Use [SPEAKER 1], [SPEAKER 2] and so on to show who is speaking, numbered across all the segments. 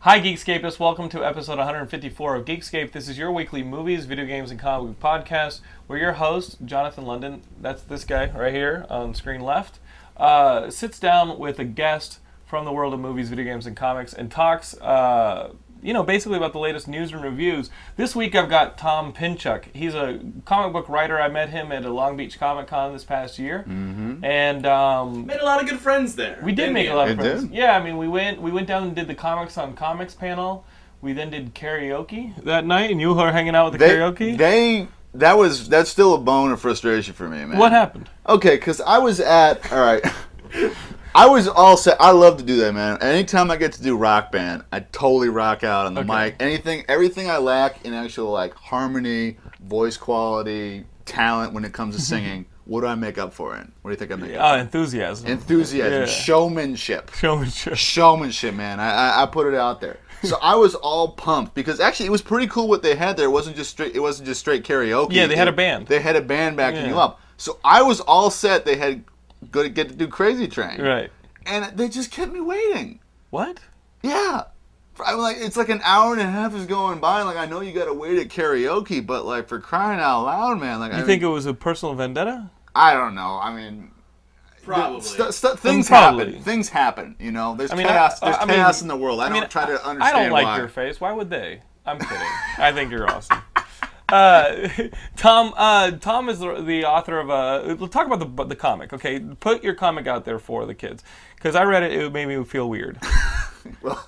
[SPEAKER 1] Hi, Geekscapists. Welcome to episode 154 of Geekscape. This is your weekly movies, video games, and comic book podcast. We're your host, Jonathan London. That's this guy right here on screen left. Uh, sits down with a guest from the world of movies, video games, and comics and talks, uh, you know, basically about the latest news and reviews. This week I've got Tom Pinchuk. He's a comic book writer. I met him at a Long Beach Comic Con this past year. Mm-hmm. And um,
[SPEAKER 2] Made a lot of good friends there.
[SPEAKER 1] we did
[SPEAKER 2] didn't
[SPEAKER 1] make
[SPEAKER 2] we?
[SPEAKER 1] a lot of
[SPEAKER 3] It
[SPEAKER 1] friends.
[SPEAKER 3] did?
[SPEAKER 1] Yeah, I mean, we went we went down and did the comics on comics panel. We then did karaoke that night, and you were hanging out with the
[SPEAKER 3] They,
[SPEAKER 1] karaoke.
[SPEAKER 3] they that was that's still a bone of frustration for me, man.
[SPEAKER 1] what happened?
[SPEAKER 3] Okay, because I was at all right. I was all set. I love to do that, man. Anytime I get to do rock band, I totally rock out on the mic. Anything, everything I lack in actual like harmony, voice quality, talent when it comes to singing, what do I make up for it? What do you think I make? up
[SPEAKER 1] Uh, enthusiasm,
[SPEAKER 3] for? Enthusiasm,
[SPEAKER 1] yeah.
[SPEAKER 3] showmanship.
[SPEAKER 1] showmanship.
[SPEAKER 3] showmanship, man. I, I I put it out there. So I was all pumped because actually it was pretty cool what they had there. It wasn't just straight. It wasn't just straight karaoke.
[SPEAKER 1] Yeah, they had a
[SPEAKER 3] It-
[SPEAKER 1] band.
[SPEAKER 3] They had a band backing
[SPEAKER 1] Yeah.
[SPEAKER 3] you up. So I was all set. They had good get to do Crazy Train.
[SPEAKER 1] Right.
[SPEAKER 3] And they just kept me waiting.
[SPEAKER 1] What?
[SPEAKER 3] Yeah. For- I'm like, it's like an hour and a half is going by. Like I know you got to wait at karaoke, but like for crying out loud, man. Like
[SPEAKER 1] You
[SPEAKER 3] I mean,
[SPEAKER 1] think it was a personal vendetta?
[SPEAKER 3] I don't know. I mean.
[SPEAKER 2] Probably.
[SPEAKER 3] St- st- things
[SPEAKER 1] probably.
[SPEAKER 3] happen. Things happen. You know, there's
[SPEAKER 1] mean, I-
[SPEAKER 3] chaos. there's
[SPEAKER 1] I mean-
[SPEAKER 3] chaos in the world. I,
[SPEAKER 1] mean,
[SPEAKER 3] don't try to
[SPEAKER 1] I
[SPEAKER 3] understand
[SPEAKER 1] don't like
[SPEAKER 3] why.
[SPEAKER 1] your face. Why would they? I'm kidding. I think you're awesome. Uh, Tom, uh, Tom is the, the author of a. We'll talk about the but the comic. Okay, put your comic out there for the kids because I read it. It made me feel weird.
[SPEAKER 3] Well,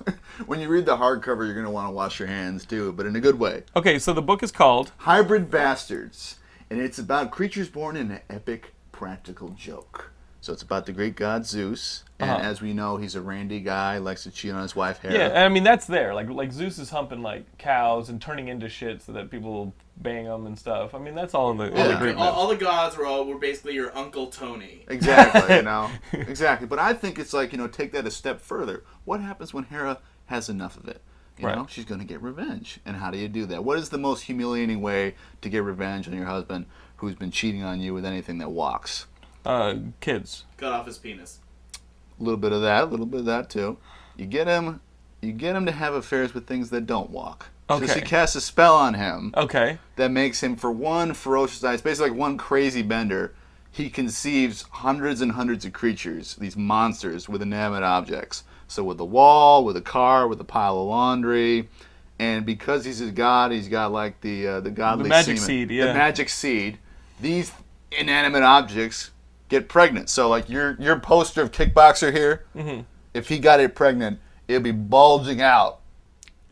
[SPEAKER 3] when you read the hardcover, you're going to want to wash your hands too, but in a good way.
[SPEAKER 1] Okay, so the book is called
[SPEAKER 3] Hybrid Bastards, and it's about creatures born in an epic practical joke. So it's about the great god Zeus, and as we know, he's a randy guy, likes to cheat on his wife Hera.
[SPEAKER 1] Uh-huh. Yeah, and I mean that's there. Like like Zeus is humping like cows and turning into shit so that people bang them and stuff. I mean that's all in the, all the
[SPEAKER 3] Yeah.
[SPEAKER 1] Greek
[SPEAKER 2] all,
[SPEAKER 1] myths.
[SPEAKER 2] all the gods were all were basically your uncle Tony.
[SPEAKER 3] Exactly, you know, exactly. But I think it's like you know, take that a step further. What happens when Hera has enough of it? You
[SPEAKER 1] Right.
[SPEAKER 3] know, she's going to get revenge. And how do you do that? What is the most humiliating way to get revenge on your husband who's been cheating on you with anything that walks?
[SPEAKER 1] Uh, kids.
[SPEAKER 2] Cut off his penis.
[SPEAKER 3] a little bit of that, a little bit of that too. You get him, you get him to have affairs with things that don't walk. So
[SPEAKER 1] Okay.
[SPEAKER 3] she casts a spell on him
[SPEAKER 1] Okay.
[SPEAKER 3] that makes him, for one ferocious night, it's basically like one crazy bender. He conceives hundreds and hundreds of creatures, these monsters with inanimate objects. So with the wall, with a car, with a pile of laundry, and because he's a god, he's got like the uh, the godly
[SPEAKER 1] magic
[SPEAKER 3] semen.
[SPEAKER 1] seed, yeah.
[SPEAKER 3] The magic seed. These inanimate objects get pregnant. So like your your poster of kickboxer here,
[SPEAKER 1] Mm-hmm.
[SPEAKER 3] if he got it pregnant, it'd be bulging out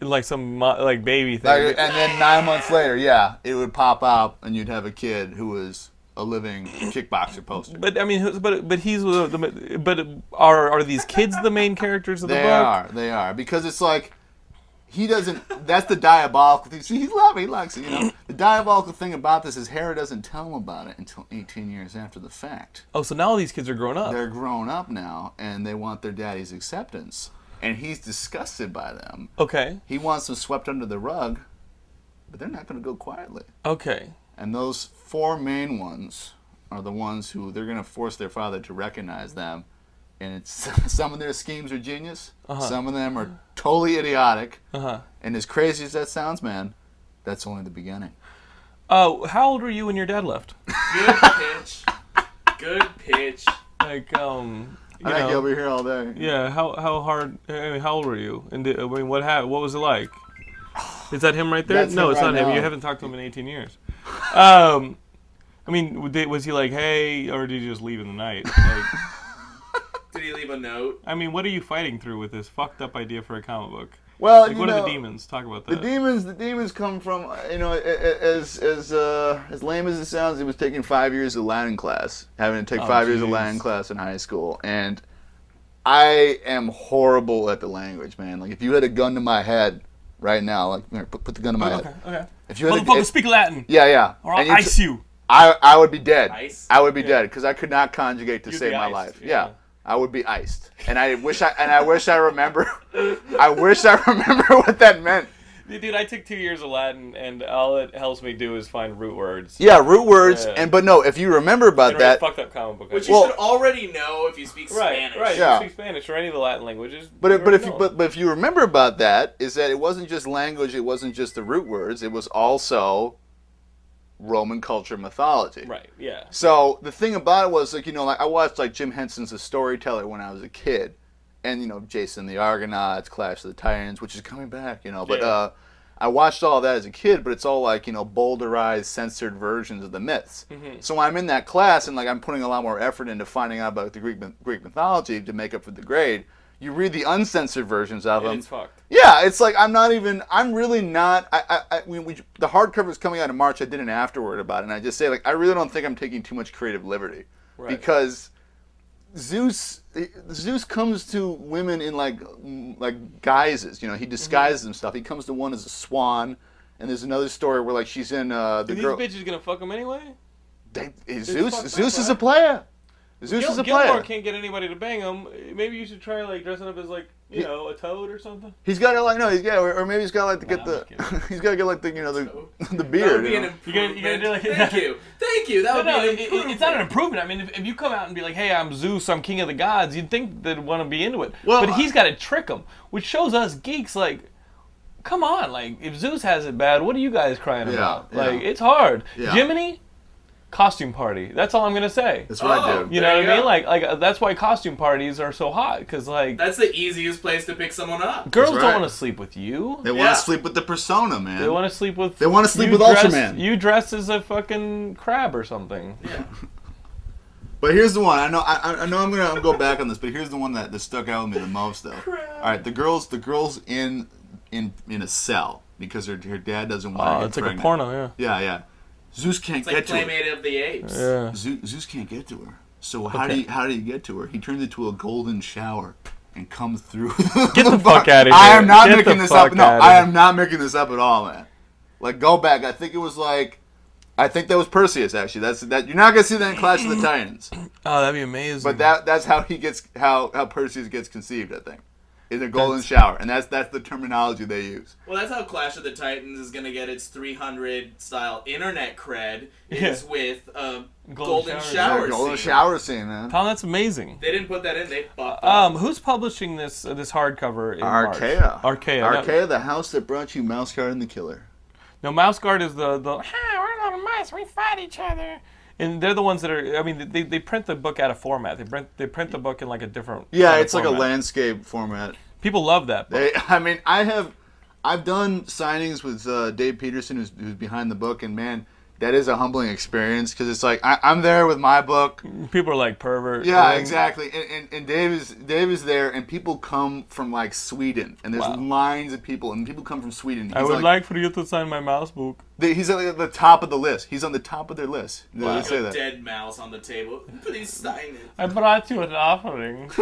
[SPEAKER 1] Like some mo- like baby thing.
[SPEAKER 3] like, and then nine months later, yeah, it would pop out, and you'd have a kid who was a living kickboxer poster.
[SPEAKER 1] but I mean, who's- but but he's the, the but are are these kids the main characters of the
[SPEAKER 3] They
[SPEAKER 1] book?
[SPEAKER 3] are, they are, because it's like he doesn't. That's the diabolical thing. See, he's laughing, he likes it. You know, the diabolical thing about this is Hera doesn't tell him about it until 18 years after the fact.
[SPEAKER 1] Oh, so now all these kids are grown up.
[SPEAKER 3] They're grown up now, and they want their daddy's acceptance, and he's disgusted by them.
[SPEAKER 1] Okay.
[SPEAKER 3] He wants them swept under the rug, but they're not going to go quietly.
[SPEAKER 1] Okay.
[SPEAKER 3] And those four main ones are the ones who they're going to force their father to recognize them. And it's, some of their schemes are genius,
[SPEAKER 1] Uh-huh.
[SPEAKER 3] some of them are totally idiotic. And as crazy as that sounds, man, that's only the beginning.
[SPEAKER 1] Oh, Uh, how old were you when your dad left?
[SPEAKER 2] Good pitch. Good pitch.
[SPEAKER 1] Like, um, you
[SPEAKER 3] I think
[SPEAKER 1] know,
[SPEAKER 3] you'll be here all day.
[SPEAKER 1] yeah. How how hard? I mean, how old were you? And did, I mean, what ha- What was it like? Is that him right there?
[SPEAKER 3] That's
[SPEAKER 1] no,
[SPEAKER 3] him
[SPEAKER 1] it's
[SPEAKER 3] right
[SPEAKER 1] not him.
[SPEAKER 3] now.
[SPEAKER 1] You haven't talked to him in 18 years. Um, I mean, w- did, was he like, hey, or did you just leave in the night? Like,
[SPEAKER 2] Did he leave a note?
[SPEAKER 1] I mean, what are you fighting through with this fucked up idea for a comic book?
[SPEAKER 3] Well,
[SPEAKER 1] Like,
[SPEAKER 3] you
[SPEAKER 1] what
[SPEAKER 3] know,
[SPEAKER 1] are the demons? Talk about that.
[SPEAKER 3] The demons, the demons come from uh, you know, a- a- as as uh, as lame as it sounds, it was taking five years of Latin class, having to take
[SPEAKER 1] Oh,
[SPEAKER 3] five years of
[SPEAKER 1] jeez.
[SPEAKER 3] Latin class in high school, and I am horrible at the language, man. Like if you had a gun to my head right now, like here, put, put the gun to my
[SPEAKER 1] okay,
[SPEAKER 3] head.
[SPEAKER 1] Oh, okay.
[SPEAKER 3] If you had a,
[SPEAKER 1] Motherfucker,
[SPEAKER 3] if-
[SPEAKER 1] speak Latin,
[SPEAKER 3] yeah, yeah,
[SPEAKER 1] or I'll
[SPEAKER 3] And you
[SPEAKER 1] ice
[SPEAKER 3] t-
[SPEAKER 1] you.
[SPEAKER 3] I I would be dead.
[SPEAKER 2] Ice?
[SPEAKER 3] I would be dead because I could not conjugate to
[SPEAKER 1] You'd
[SPEAKER 3] save
[SPEAKER 1] be
[SPEAKER 3] my
[SPEAKER 1] iced,
[SPEAKER 3] life.
[SPEAKER 1] yeah.
[SPEAKER 3] Yeah. I would be iced, and I wish I and I wish I remember. I wish I remember what that meant.
[SPEAKER 1] Dude, I took two years of Latin, and all it helps me do is find root words.
[SPEAKER 3] Yeah, root words,
[SPEAKER 1] Yeah.
[SPEAKER 3] and but no, if you remember about
[SPEAKER 1] And write
[SPEAKER 3] that,
[SPEAKER 1] fucked up comic book.
[SPEAKER 2] Which
[SPEAKER 1] ideas.
[SPEAKER 2] you
[SPEAKER 3] Well-
[SPEAKER 2] should already know if you speak
[SPEAKER 1] right,
[SPEAKER 2] Spanish.
[SPEAKER 1] right.
[SPEAKER 3] Yeah.
[SPEAKER 1] You speak Spanish or any of the Latin languages.
[SPEAKER 3] but if, but if
[SPEAKER 1] already
[SPEAKER 3] you,
[SPEAKER 1] know
[SPEAKER 3] but, but if you remember about that, is that it wasn't just language, it wasn't just the root words, it was also Roman culture mythology.
[SPEAKER 1] it. right, yeah,
[SPEAKER 3] So the thing about it was like you know like I watched like Jim Henson's The Storyteller when I was a kid, and you know Jason the Argonauts, Clash of the Titans, which is coming back, you know. But
[SPEAKER 1] Yeah.
[SPEAKER 3] uh, I watched all that as a kid, but it's all like you know bolderized, censored versions of the myths. So when I'm in that class and like I'm putting a lot more effort into finding out about the Greek myth- Greek mythology to make up for the grade. You read the uncensored versions of them.
[SPEAKER 1] it's fucked.
[SPEAKER 3] Yeah, it's like I'm not even. I'm really not. I, I, I when we, the hardcover is coming out in March. I did an afterword about it, and I just say like I really don't think I'm taking too much creative liberty
[SPEAKER 1] Right.
[SPEAKER 3] because Zeus, eh, Zeus comes to women in like mm, like guises. You know,
[SPEAKER 1] Mm-hmm.
[SPEAKER 3] he disguises himself. He comes to one as a swan, and there's another story where like she's in uh, the
[SPEAKER 1] And these
[SPEAKER 3] girl.
[SPEAKER 1] bitches gonna fuck him anyway.
[SPEAKER 3] They- eh, Zeus,
[SPEAKER 1] fucked up,
[SPEAKER 3] Zeus is
[SPEAKER 1] right?
[SPEAKER 3] a player. Zeus
[SPEAKER 1] Gil-
[SPEAKER 3] is a
[SPEAKER 1] Gilmore
[SPEAKER 3] player.
[SPEAKER 1] can't get anybody to bang him. Maybe you should try like dressing up as like you know a toad or something.
[SPEAKER 3] He's got to like no, he's got or, or maybe he's got to like to get
[SPEAKER 1] Nah, I'm just
[SPEAKER 3] the he's got to get like the you know the
[SPEAKER 2] That
[SPEAKER 3] the
[SPEAKER 2] would
[SPEAKER 3] beard.
[SPEAKER 2] be
[SPEAKER 3] you
[SPEAKER 2] an
[SPEAKER 3] know?
[SPEAKER 2] improvement.
[SPEAKER 1] You gotta- you gotta do like-
[SPEAKER 2] Thank you. Thank you. That
[SPEAKER 1] No,
[SPEAKER 2] would
[SPEAKER 1] no,
[SPEAKER 2] be an
[SPEAKER 1] it, it-
[SPEAKER 2] improvement.
[SPEAKER 1] it's not an improvement. I mean, if, if you come out and be like, "Hey, I'm Zeus, I'm king of the gods," you'd think they'd want to be into it.
[SPEAKER 3] Well,
[SPEAKER 1] but he's got to trick them, which shows us geeks like, come on, like if Zeus has it bad, what are you guys crying
[SPEAKER 3] Yeah,
[SPEAKER 1] about?
[SPEAKER 3] yeah.
[SPEAKER 1] Like it's hard.
[SPEAKER 3] Yeah.
[SPEAKER 1] Jiminy, costume party. That's all I'm gonna say.
[SPEAKER 3] That's what I
[SPEAKER 2] Oh.
[SPEAKER 3] do.
[SPEAKER 1] you know
[SPEAKER 2] there
[SPEAKER 1] what
[SPEAKER 2] you
[SPEAKER 1] I mean?
[SPEAKER 2] go.
[SPEAKER 1] Like, like uh, that's why costume parties are so hot because like
[SPEAKER 2] That's the easiest place to pick someone up.
[SPEAKER 1] girls don't
[SPEAKER 3] right.
[SPEAKER 1] want to sleep with you.
[SPEAKER 3] They
[SPEAKER 1] They,
[SPEAKER 3] want
[SPEAKER 2] Yeah.
[SPEAKER 3] to sleep with the persona, man.
[SPEAKER 1] want to sleep with.
[SPEAKER 3] They wanna sleep
[SPEAKER 1] you
[SPEAKER 3] with
[SPEAKER 1] dressed-
[SPEAKER 3] Ultraman.
[SPEAKER 1] You dressed as a fucking crab or something.
[SPEAKER 2] Yeah.
[SPEAKER 3] but here's the one. I know. I, I- I know. I'm gonna go back on this, but here's the one that, that stuck out with me the most, though. All right, the girls. The girls in in in a cell because her her dad doesn't want.
[SPEAKER 1] Oh,
[SPEAKER 3] to get
[SPEAKER 1] it's like a
[SPEAKER 3] pregnant.
[SPEAKER 1] porno, yeah.
[SPEAKER 3] Yeah, yeah. Zeus can't
[SPEAKER 2] It's
[SPEAKER 3] get
[SPEAKER 2] like
[SPEAKER 3] to her.
[SPEAKER 2] Playmate of the Apes.
[SPEAKER 1] Yeah.
[SPEAKER 3] Zeus, Zeus can't get to her. So how do you, how do you get to her? He turns into a golden shower and comes through. Get
[SPEAKER 1] the fuck outta
[SPEAKER 3] I
[SPEAKER 1] here.
[SPEAKER 3] am not
[SPEAKER 1] Get
[SPEAKER 3] making
[SPEAKER 1] the
[SPEAKER 3] this up.
[SPEAKER 1] fuck
[SPEAKER 3] No,
[SPEAKER 1] outta
[SPEAKER 3] I
[SPEAKER 1] here.
[SPEAKER 3] am not making this up at all, man. Like go back. I think it was like, I think that was Perseus actually. That's that. You're not gonna see that in Clash of the Titans.
[SPEAKER 1] Oh, that'd be amazing.
[SPEAKER 3] But that that's how he gets how how Perseus gets conceived. I think in a golden shower, and that's that's the terminology they use.
[SPEAKER 2] Well, that's how Clash of the Titans is going to get its 300 style internet cred is with a golden,
[SPEAKER 1] shower.
[SPEAKER 3] Yeah,
[SPEAKER 2] shower.
[SPEAKER 3] golden
[SPEAKER 2] scene.
[SPEAKER 3] shower scene, man.
[SPEAKER 1] Tom, that's amazing.
[SPEAKER 2] They didn't put that in. They fucked
[SPEAKER 1] Um,
[SPEAKER 2] up.
[SPEAKER 1] who's publishing this uh, this hardcover? In
[SPEAKER 3] Archaea.
[SPEAKER 1] March? Archaea. No,
[SPEAKER 3] Archaea, the house that brought you Mouse Guard and the Killer.
[SPEAKER 1] no, Mouse Guard is the the. "Hi, we're little mice. We fight each other. And they're the ones that are. I mean, they, they print the book out of format. They print they print the book in like a different.
[SPEAKER 3] Yeah,
[SPEAKER 1] kind of
[SPEAKER 3] it's like a
[SPEAKER 1] format.
[SPEAKER 3] landscape format.
[SPEAKER 1] People love that book.
[SPEAKER 3] They, I mean, I have, I've done signings with uh, Dave Peterson, who's, who's behind the book, and man, that is a humbling experience because it's like I, I'm there with my book.
[SPEAKER 1] People are like pervert.
[SPEAKER 3] Yeah,
[SPEAKER 1] and-
[SPEAKER 3] exactly. And, and, and Dave is Dave is there, and people come from like Sweden, and there's
[SPEAKER 1] Wow.
[SPEAKER 3] lines of people, and people come from Sweden. He's
[SPEAKER 1] I would
[SPEAKER 3] like,
[SPEAKER 1] like, for you to sign my mouse book.
[SPEAKER 3] they- he's at the top of the list. He's on the top of their list. They
[SPEAKER 2] Like
[SPEAKER 3] say
[SPEAKER 2] a
[SPEAKER 3] that.
[SPEAKER 2] dead mouse on the table. Please sign it.
[SPEAKER 1] I brought you an offering.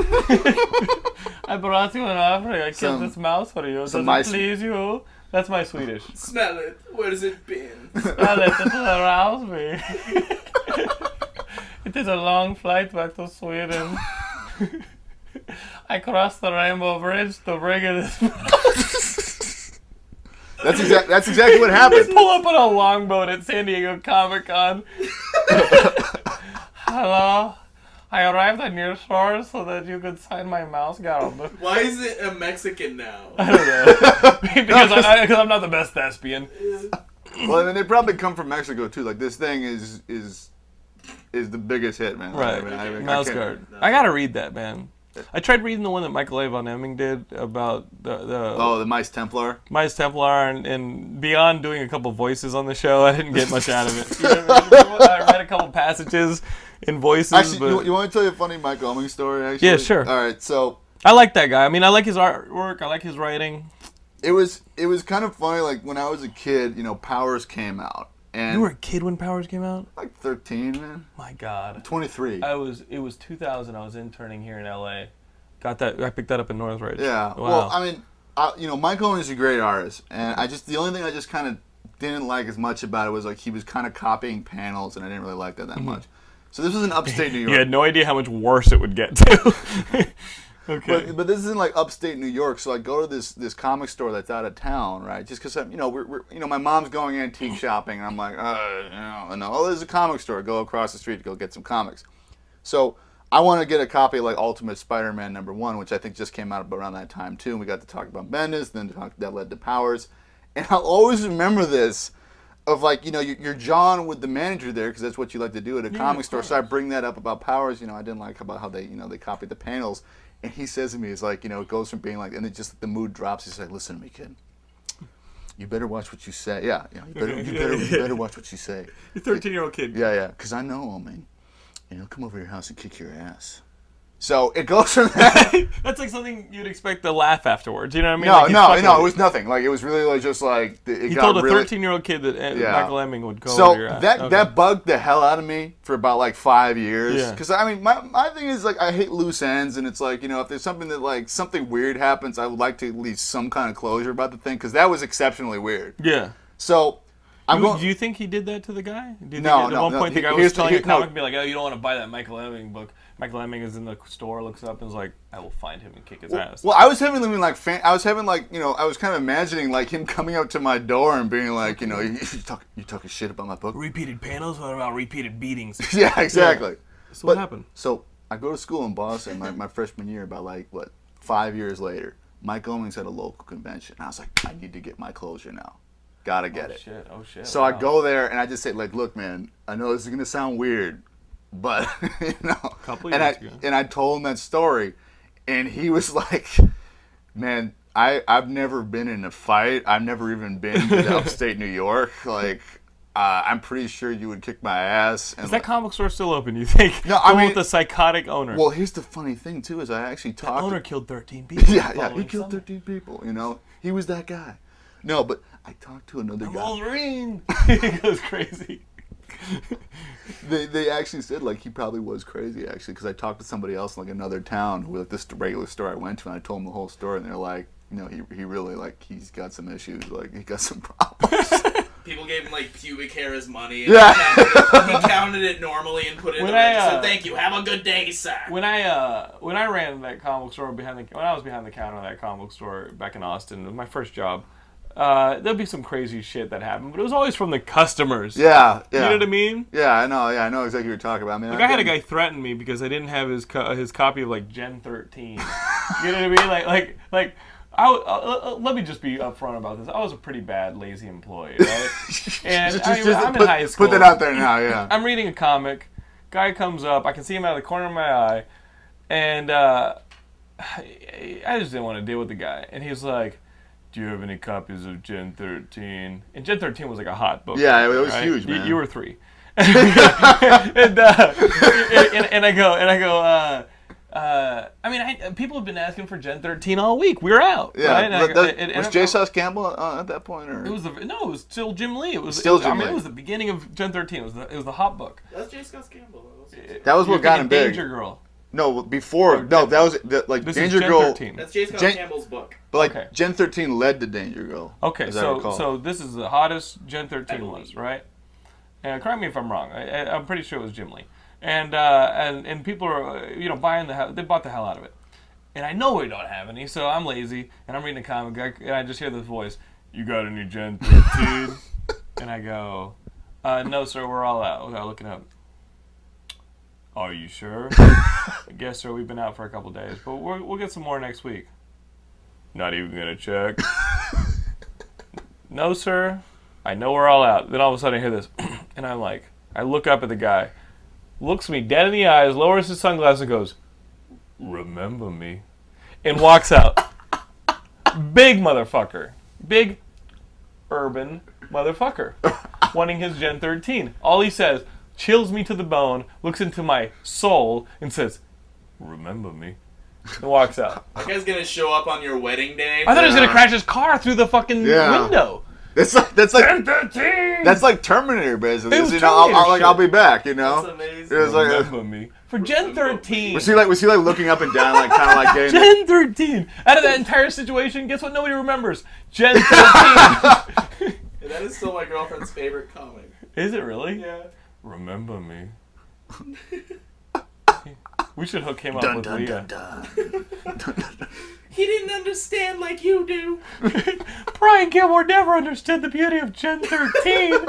[SPEAKER 1] I brought you an offering. I
[SPEAKER 3] Some-
[SPEAKER 1] killed this mouse for you. Does
[SPEAKER 3] some
[SPEAKER 1] it
[SPEAKER 3] mice-
[SPEAKER 1] please you? That's my Swedish.
[SPEAKER 2] Smell it. Where has it been?
[SPEAKER 1] Now let it arouse me. it is a long flight back to Sweden. I crossed the Rainbow Bridge to bring it.
[SPEAKER 3] That's exact. That's exactly what happened.
[SPEAKER 1] Pull up on a longboat at San Diego Comic Con. Hello. I arrived on your shore so that you could sign my mouse guard.
[SPEAKER 2] Why is it a Mexican now?
[SPEAKER 1] because I, I, 'cause I'm not the best thespian.
[SPEAKER 3] Well, and they probably come from Mexico too. Like this thing is is is the biggest hit, man.
[SPEAKER 1] Right.
[SPEAKER 3] I mean, I mean, I
[SPEAKER 1] Mouse
[SPEAKER 3] can't-
[SPEAKER 1] guard. I gotta read that, man. I tried reading the one that Michael A. Von Emming did about the, the
[SPEAKER 3] Oh, the Mice Templar.
[SPEAKER 1] Miles Templar and, and beyond doing a couple voices on the show, I didn't get much out of it. You know what I, mean? I read a couple passages and voices,
[SPEAKER 3] Actually,
[SPEAKER 1] but
[SPEAKER 3] you, you want to tell you a funny Mike Elming story? Actually,
[SPEAKER 1] Yeah, sure.
[SPEAKER 3] All right, so
[SPEAKER 1] I like that guy. I mean, I like his artwork. I like his writing.
[SPEAKER 3] it was it was kind of funny. Like when I was a kid, you know, Powers came out, and
[SPEAKER 1] You were a kid when Powers came out.
[SPEAKER 3] like 13, man,
[SPEAKER 1] My God,
[SPEAKER 3] 23.
[SPEAKER 1] I was. It was 2000. I was interning here in LA. Got that? I picked that up in Northridge. Wow.
[SPEAKER 3] Yeah. Well, I mean, I, you know, Mike Owen is a great artist, and I just the only thing I just kind of didn't like as much about it was like he was kind of copying panels, and I didn't really like that that
[SPEAKER 1] Mm-hmm.
[SPEAKER 3] much. So this was in upstate New York.
[SPEAKER 1] you had no idea how much worse it would get too. okay.
[SPEAKER 3] But, but this is in like upstate New York, so I go to this this comic store that's out of town, right? Just because I'm, you know, we're, we're, you know, my mom's going antique shopping, and I'm like, uh, you know, and oh, there's a comic store. Go across the street to go get some comics. So I want to get a copy of like Ultimate Spider-Man number one, which I think just came out around that time too. And we got to talk about Bendis, then talk, that led to Powers, and I'll always remember this. Of like you know you- you're John with the manager there because that's what you like to do at a comic store. So I bring that up about Powers. You know I didn't like about how they you know they copied the panels, and he says to me, "It's like you know it goes from being like and it just the mood drops. He's like, listen to me, kid." You better watch what you say. Yeah, yeah. You better, you better, you better watch what you say.
[SPEAKER 1] Thirteen-year-old kid.
[SPEAKER 3] Yeah, yeah. Because I know, Omen. And he'll come over to your house and kick your ass. So it goes from that.
[SPEAKER 1] That's like something you'd expect to laugh afterwards. You know what I mean? Like, he's
[SPEAKER 3] no, no,
[SPEAKER 1] fucking
[SPEAKER 3] no.
[SPEAKER 1] with
[SPEAKER 3] It
[SPEAKER 1] you.
[SPEAKER 3] was nothing. Like it was really like just like th- it
[SPEAKER 1] He
[SPEAKER 3] got
[SPEAKER 1] told a
[SPEAKER 3] really.
[SPEAKER 1] 13 year old kid that uh,
[SPEAKER 3] Yeah.
[SPEAKER 1] Michael Emming would go
[SPEAKER 3] so
[SPEAKER 1] over your ass.
[SPEAKER 3] that
[SPEAKER 1] Okay.
[SPEAKER 3] that bugged the hell out of me for about like five years.
[SPEAKER 1] Yeah.
[SPEAKER 3] Because I mean, my, my thing is like I hate loose ends, and it's like you know if there's something that like something weird happens, I would like to at least some kind of closure about the thing because that was exceptionally weird.
[SPEAKER 1] yeah.
[SPEAKER 3] So I'm
[SPEAKER 1] Do-
[SPEAKER 3] going.
[SPEAKER 1] do you think he did that to the guy? Do you
[SPEAKER 3] No,
[SPEAKER 1] think at
[SPEAKER 3] no,
[SPEAKER 1] one
[SPEAKER 3] no.
[SPEAKER 1] point the
[SPEAKER 3] He-
[SPEAKER 1] guy
[SPEAKER 3] here's
[SPEAKER 1] was
[SPEAKER 3] the-
[SPEAKER 1] telling
[SPEAKER 3] here-
[SPEAKER 1] a
[SPEAKER 3] no.
[SPEAKER 1] comic, be like, oh, you don't want to buy that Michael Emming book. Michael Emming is in the store, looks up, and is like, I will find him and kick his ass.
[SPEAKER 3] Well, I was having like fan- I was having like you know I was kind of imagining like him coming up to my door and being like you know you talk you talking shit about my book.
[SPEAKER 1] repeated panels? What about repeated beatings?
[SPEAKER 3] yeah, exactly.
[SPEAKER 1] So what happened?
[SPEAKER 3] So I go to school in Boston like my freshman year. About like what five years later, Mike Owings at a local convention. And I was like, I need to get my closure now. Gotta get it.
[SPEAKER 1] Shit, oh shit.
[SPEAKER 3] So I go there and I just say, like, look, man, I know this is gonna sound weird, but you know,
[SPEAKER 1] Couple
[SPEAKER 3] and
[SPEAKER 1] years
[SPEAKER 3] I
[SPEAKER 1] ago.
[SPEAKER 3] and I told him that story, and he was like, man, I I've never been in a fight. I've never even been to upstate New York. Like, uh, I'm pretty sure you would kick my ass. And
[SPEAKER 1] Is that comic store still open, you think?
[SPEAKER 3] No,
[SPEAKER 1] The
[SPEAKER 3] I
[SPEAKER 1] one
[SPEAKER 3] mean-
[SPEAKER 1] with the psychotic owner.
[SPEAKER 3] well, here's the funny thing too is I actually
[SPEAKER 1] the
[SPEAKER 3] talked.
[SPEAKER 1] owner killed 13 people.
[SPEAKER 3] yeah, yeah, he
[SPEAKER 1] following
[SPEAKER 3] killed
[SPEAKER 1] summer.
[SPEAKER 3] 13 people. You know, he was that guy. No, but I talked to another guy.
[SPEAKER 1] Wolverine! he goes crazy.
[SPEAKER 3] They, they actually said like he probably was crazy actually because I talked to somebody else in like another town who like this regular store I went to and I told them the whole story and they're like you know he, he really like he's got some issues like he got some problems
[SPEAKER 2] People gave him like pubic hair as money. And
[SPEAKER 3] Yeah.
[SPEAKER 2] he, counted it, he counted it normally and put it in
[SPEAKER 1] When
[SPEAKER 2] the
[SPEAKER 1] I,
[SPEAKER 2] register.
[SPEAKER 1] uh,
[SPEAKER 2] Thank you. Have a good day, sir.
[SPEAKER 1] when I uh, when I ran that comic store behind the when I was behind the counter of that comic book store back in Austin, it was my first job. Uh, there'd be some crazy shit that happened, but it was always from the customers.
[SPEAKER 3] yeah yeah
[SPEAKER 1] you know what I mean.
[SPEAKER 3] yeah I know yeah I know exactly what you're talking about I mean
[SPEAKER 1] Like I had a guy threaten me because I didn't have his co- his copy of like Gen 13. you know what I mean? Like like like I w- uh, uh, let me just be upfront about this. I was a pretty bad lazy employee, right? and
[SPEAKER 3] just,
[SPEAKER 1] I
[SPEAKER 3] just- just
[SPEAKER 1] am
[SPEAKER 3] put,
[SPEAKER 1] in high school.
[SPEAKER 3] put that out there now yeah
[SPEAKER 1] I'm reading a comic. Guy comes up. I can see him out of the corner of my eye, and uh, I I just didn't want to deal with the guy. And he's like, "Do you have any copies of Gen 13?" And Gen 13 was like a hot book.
[SPEAKER 3] Yeah, it was huge,
[SPEAKER 1] You-
[SPEAKER 3] man.
[SPEAKER 1] you were three. and, uh, and, and I go, and I go. Uh, uh, I mean, I, people have been asking for Gen 13 all week. We're out.
[SPEAKER 3] yeah
[SPEAKER 1] right? And I
[SPEAKER 3] but
[SPEAKER 1] go-
[SPEAKER 3] that-
[SPEAKER 1] and- and
[SPEAKER 3] was
[SPEAKER 1] I'm-
[SPEAKER 3] J Sauce Campbell uh, at that point or
[SPEAKER 1] It was the no. It was still Jim Lee. It was
[SPEAKER 3] Still
[SPEAKER 1] it was-
[SPEAKER 3] Jim
[SPEAKER 1] I mean,
[SPEAKER 3] Lee.
[SPEAKER 1] it was the beginning of Gen 13. It was the, it was the hot book.
[SPEAKER 2] That's J. Scott Campbell. That was-
[SPEAKER 3] that was
[SPEAKER 1] You're
[SPEAKER 3] what got
[SPEAKER 1] thinking
[SPEAKER 3] him big
[SPEAKER 1] Danger Girl.
[SPEAKER 3] no before no that was the, like
[SPEAKER 1] This
[SPEAKER 3] Danger
[SPEAKER 1] is Gen
[SPEAKER 3] Girl
[SPEAKER 1] 13.
[SPEAKER 2] That's J. Scott
[SPEAKER 3] Jan-
[SPEAKER 2] Campbell's book.
[SPEAKER 3] but like
[SPEAKER 1] Okay.
[SPEAKER 3] Gen 13 led to Danger Girl
[SPEAKER 1] Okay,
[SPEAKER 3] as I
[SPEAKER 1] so
[SPEAKER 3] recall.
[SPEAKER 1] so this is the hottest Gen 13
[SPEAKER 2] believe.
[SPEAKER 1] was, right? And correct me if I'm wrong. I, I, I'm pretty sure it was Jim Lee. And uh, and and people are uh, you know buying the hell- they bought the hell out of it. And I know we don't have any, so I'm lazy and I'm reading a comic I- and I just hear this voice, "You got any Gen 13?" and I go, uh, "No, sir, we're all out." Without looking up. Are you sure? yes, sir. We've been out for a couple days, but we're, we'll get some more next week. Not even gonna check. no, sir. I know we're all out. Then all of a sudden I hear this, and I'm like, I look up at the guy. looks me dead in the eyes, lowers his sunglasses, and goes, Remember me? And walks out. Big motherfucker. Big urban motherfucker. Wanting his Gen 13. All he says, chills me to the bone, looks into my soul, and says, Remember me? And walks out.
[SPEAKER 2] That guy's gonna show up on your wedding day.
[SPEAKER 1] I thought he was going to crash his car through the fucking
[SPEAKER 3] Yeah.
[SPEAKER 1] window.
[SPEAKER 3] That's like that's like
[SPEAKER 1] 13!
[SPEAKER 3] that's like Terminator basically.
[SPEAKER 1] It was
[SPEAKER 3] you know, I'll, I'll, like,
[SPEAKER 1] Terminator
[SPEAKER 3] I'll be back. You know,
[SPEAKER 2] That's amazing.
[SPEAKER 3] it was like.
[SPEAKER 1] Remember me. For Gen 13.
[SPEAKER 3] Was he like was he like looking up and down like kind of like
[SPEAKER 1] Gen
[SPEAKER 3] getting
[SPEAKER 1] 13. Out of that entire situation, guess what nobody remembers? Gen 13.
[SPEAKER 2] that is still my girlfriend's favorite comic.
[SPEAKER 1] Is it really?
[SPEAKER 2] Yeah.
[SPEAKER 1] Remember me. we should hook him up
[SPEAKER 3] dun
[SPEAKER 1] with
[SPEAKER 3] dun
[SPEAKER 1] Leah.
[SPEAKER 3] dun dun?
[SPEAKER 2] He didn't understand like you do.
[SPEAKER 1] Brian Gilmore never understood the beauty of Gen 13.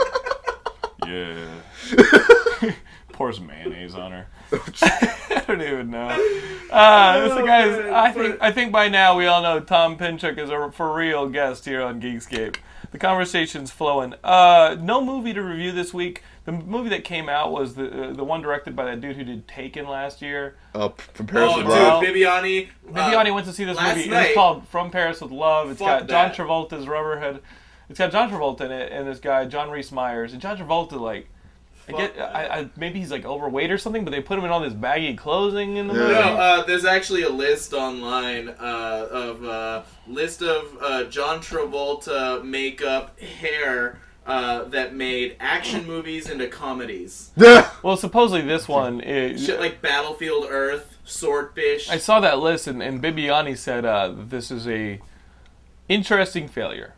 [SPEAKER 1] yeah. Pours mayonnaise on her. I don't even know. Uh, this
[SPEAKER 2] Oh,
[SPEAKER 1] guy's.
[SPEAKER 2] man,
[SPEAKER 1] I think.
[SPEAKER 2] but-
[SPEAKER 1] I think by now we all know Tom Pinchuk is a for real guest here on Geekscape. The conversation's flowing. Uh, no movie to review this week. The movie that came out was the uh, the one directed by that dude who did Taken last year.
[SPEAKER 3] Oh, p- from Paris
[SPEAKER 2] Oh,
[SPEAKER 3] to
[SPEAKER 2] dude,
[SPEAKER 3] Love.
[SPEAKER 2] Bibiani. uh,
[SPEAKER 1] Bibiani went to see this
[SPEAKER 2] last
[SPEAKER 1] movie.
[SPEAKER 2] night-
[SPEAKER 1] it's called From Paris with Love. It's got
[SPEAKER 2] Fuck
[SPEAKER 1] John
[SPEAKER 2] that.
[SPEAKER 1] Travolta's Rubberhead. It's got John Travolta in it, and this guy John Reese Myers. And John Travolta, like, I get,
[SPEAKER 2] that.
[SPEAKER 1] I, I, maybe he's like overweight or something, but they put him in all this baggy clothing in the
[SPEAKER 3] Yeah.
[SPEAKER 1] movie.
[SPEAKER 2] No, uh, there's actually a list online uh, of uh, list of uh, John Travolta makeup hair uh, that made action movies into comedies,
[SPEAKER 3] Yeah.
[SPEAKER 1] Well, supposedly this one is.
[SPEAKER 2] shit like Battlefield Earth, Swordfish.
[SPEAKER 1] I saw that list, and, and Bibiani said uh, that this is a interesting failure.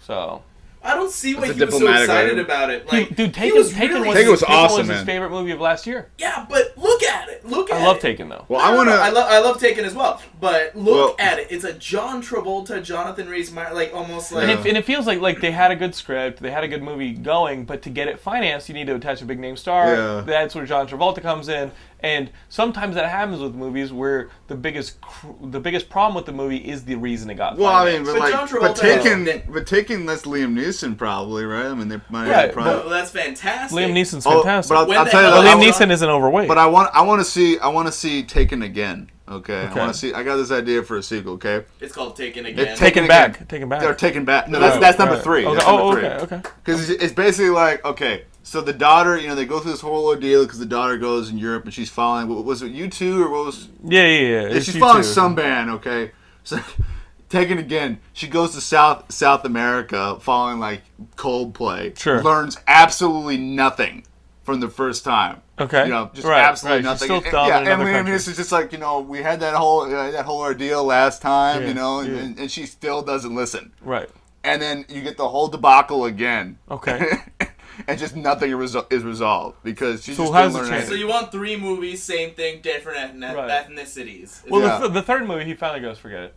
[SPEAKER 1] So,
[SPEAKER 2] I don't see why
[SPEAKER 3] That's a
[SPEAKER 2] he was so
[SPEAKER 3] diplomatic
[SPEAKER 2] excited
[SPEAKER 3] item.
[SPEAKER 2] about it. Like,
[SPEAKER 1] dude,
[SPEAKER 2] he
[SPEAKER 1] Taken,
[SPEAKER 2] was
[SPEAKER 1] Taken
[SPEAKER 2] really-
[SPEAKER 1] was,
[SPEAKER 3] Taken was awesome,
[SPEAKER 1] his
[SPEAKER 3] man.
[SPEAKER 1] favorite movie of last year.
[SPEAKER 2] yeah, but look at it. Look at
[SPEAKER 1] I
[SPEAKER 2] it.
[SPEAKER 1] love Taken though.
[SPEAKER 3] Well, I want
[SPEAKER 2] No, no, no, I
[SPEAKER 3] to.
[SPEAKER 2] love I love Taken as well, but look
[SPEAKER 3] Well-
[SPEAKER 2] at it. It's a John Travolta, Jonathan Rhys Meyers, like almost like
[SPEAKER 1] And it, and it feels like like they had a good script, they had a good movie going, but to get it financed, you need to attach a big name star.
[SPEAKER 3] Yeah.
[SPEAKER 1] That's where John Travolta comes in, and sometimes that happens with movies where the biggest cr- the biggest problem with the movie is the reason it got.
[SPEAKER 3] Well, I mean,
[SPEAKER 1] financed.
[SPEAKER 3] but,
[SPEAKER 2] But John
[SPEAKER 3] like, but
[SPEAKER 2] Travolta has-
[SPEAKER 3] taking, but taking less Liam Neeson probably, right? I mean, they might
[SPEAKER 1] Right,
[SPEAKER 3] have probably.
[SPEAKER 2] oh, that's fantastic.
[SPEAKER 1] Liam Neeson's
[SPEAKER 3] Oh,
[SPEAKER 1] fantastic.
[SPEAKER 3] but I'll,
[SPEAKER 2] When
[SPEAKER 3] I'll
[SPEAKER 2] the
[SPEAKER 3] tell you,
[SPEAKER 2] hell-
[SPEAKER 3] that-
[SPEAKER 1] Liam
[SPEAKER 3] I'll-
[SPEAKER 1] Neeson isn't overweight.
[SPEAKER 3] But I want, I want to see, I want to see Taken again. Okay, I
[SPEAKER 1] Okay.
[SPEAKER 3] want to see. I got this idea for a sequel. Okay,
[SPEAKER 2] It's called Taken
[SPEAKER 3] It's
[SPEAKER 2] again.
[SPEAKER 3] Taken
[SPEAKER 1] back,
[SPEAKER 3] again.
[SPEAKER 1] Taken back.
[SPEAKER 3] Or Taken back. No, that's that's number three.
[SPEAKER 1] Okay.
[SPEAKER 3] That's
[SPEAKER 1] Oh,
[SPEAKER 3] number three.
[SPEAKER 1] okay, okay.
[SPEAKER 3] Because it's, it's basically like, okay, so the daughter, you know, they go through this whole ordeal because the daughter goes in Europe and she's following. What was it, you two or what was?
[SPEAKER 1] Yeah, yeah, yeah.
[SPEAKER 3] Yeah,
[SPEAKER 1] It's
[SPEAKER 3] she's
[SPEAKER 1] you
[SPEAKER 3] following
[SPEAKER 1] two.
[SPEAKER 3] some band, okay. So, taken again, she goes to South South America, following like Coldplay.
[SPEAKER 1] Sure.
[SPEAKER 3] Learns absolutely nothing from the first time.
[SPEAKER 1] Okay.
[SPEAKER 3] You know, just
[SPEAKER 1] Right,
[SPEAKER 3] absolutely
[SPEAKER 1] right. She's
[SPEAKER 3] nothing.
[SPEAKER 1] still dumb
[SPEAKER 3] yeah,
[SPEAKER 1] in
[SPEAKER 3] and,
[SPEAKER 1] another
[SPEAKER 3] I mean,
[SPEAKER 1] country.
[SPEAKER 3] this is just like you know, we had that whole uh, that whole ordeal last time,
[SPEAKER 1] Yeah,
[SPEAKER 3] you know, and,
[SPEAKER 1] yeah.
[SPEAKER 3] and, and she still doesn't listen.
[SPEAKER 1] Right.
[SPEAKER 3] And then you get the whole debacle again.
[SPEAKER 1] Okay.
[SPEAKER 3] and just nothing resol- is resolved because she
[SPEAKER 1] So
[SPEAKER 3] just
[SPEAKER 1] how's it
[SPEAKER 3] didn't learn
[SPEAKER 1] changed?
[SPEAKER 3] anything.
[SPEAKER 2] So you want three movies, same thing, different ethni-
[SPEAKER 1] Right.
[SPEAKER 2] ethnicities.
[SPEAKER 1] Well,
[SPEAKER 3] Yeah.
[SPEAKER 1] the, th- the third movie, he finally goes, forget it.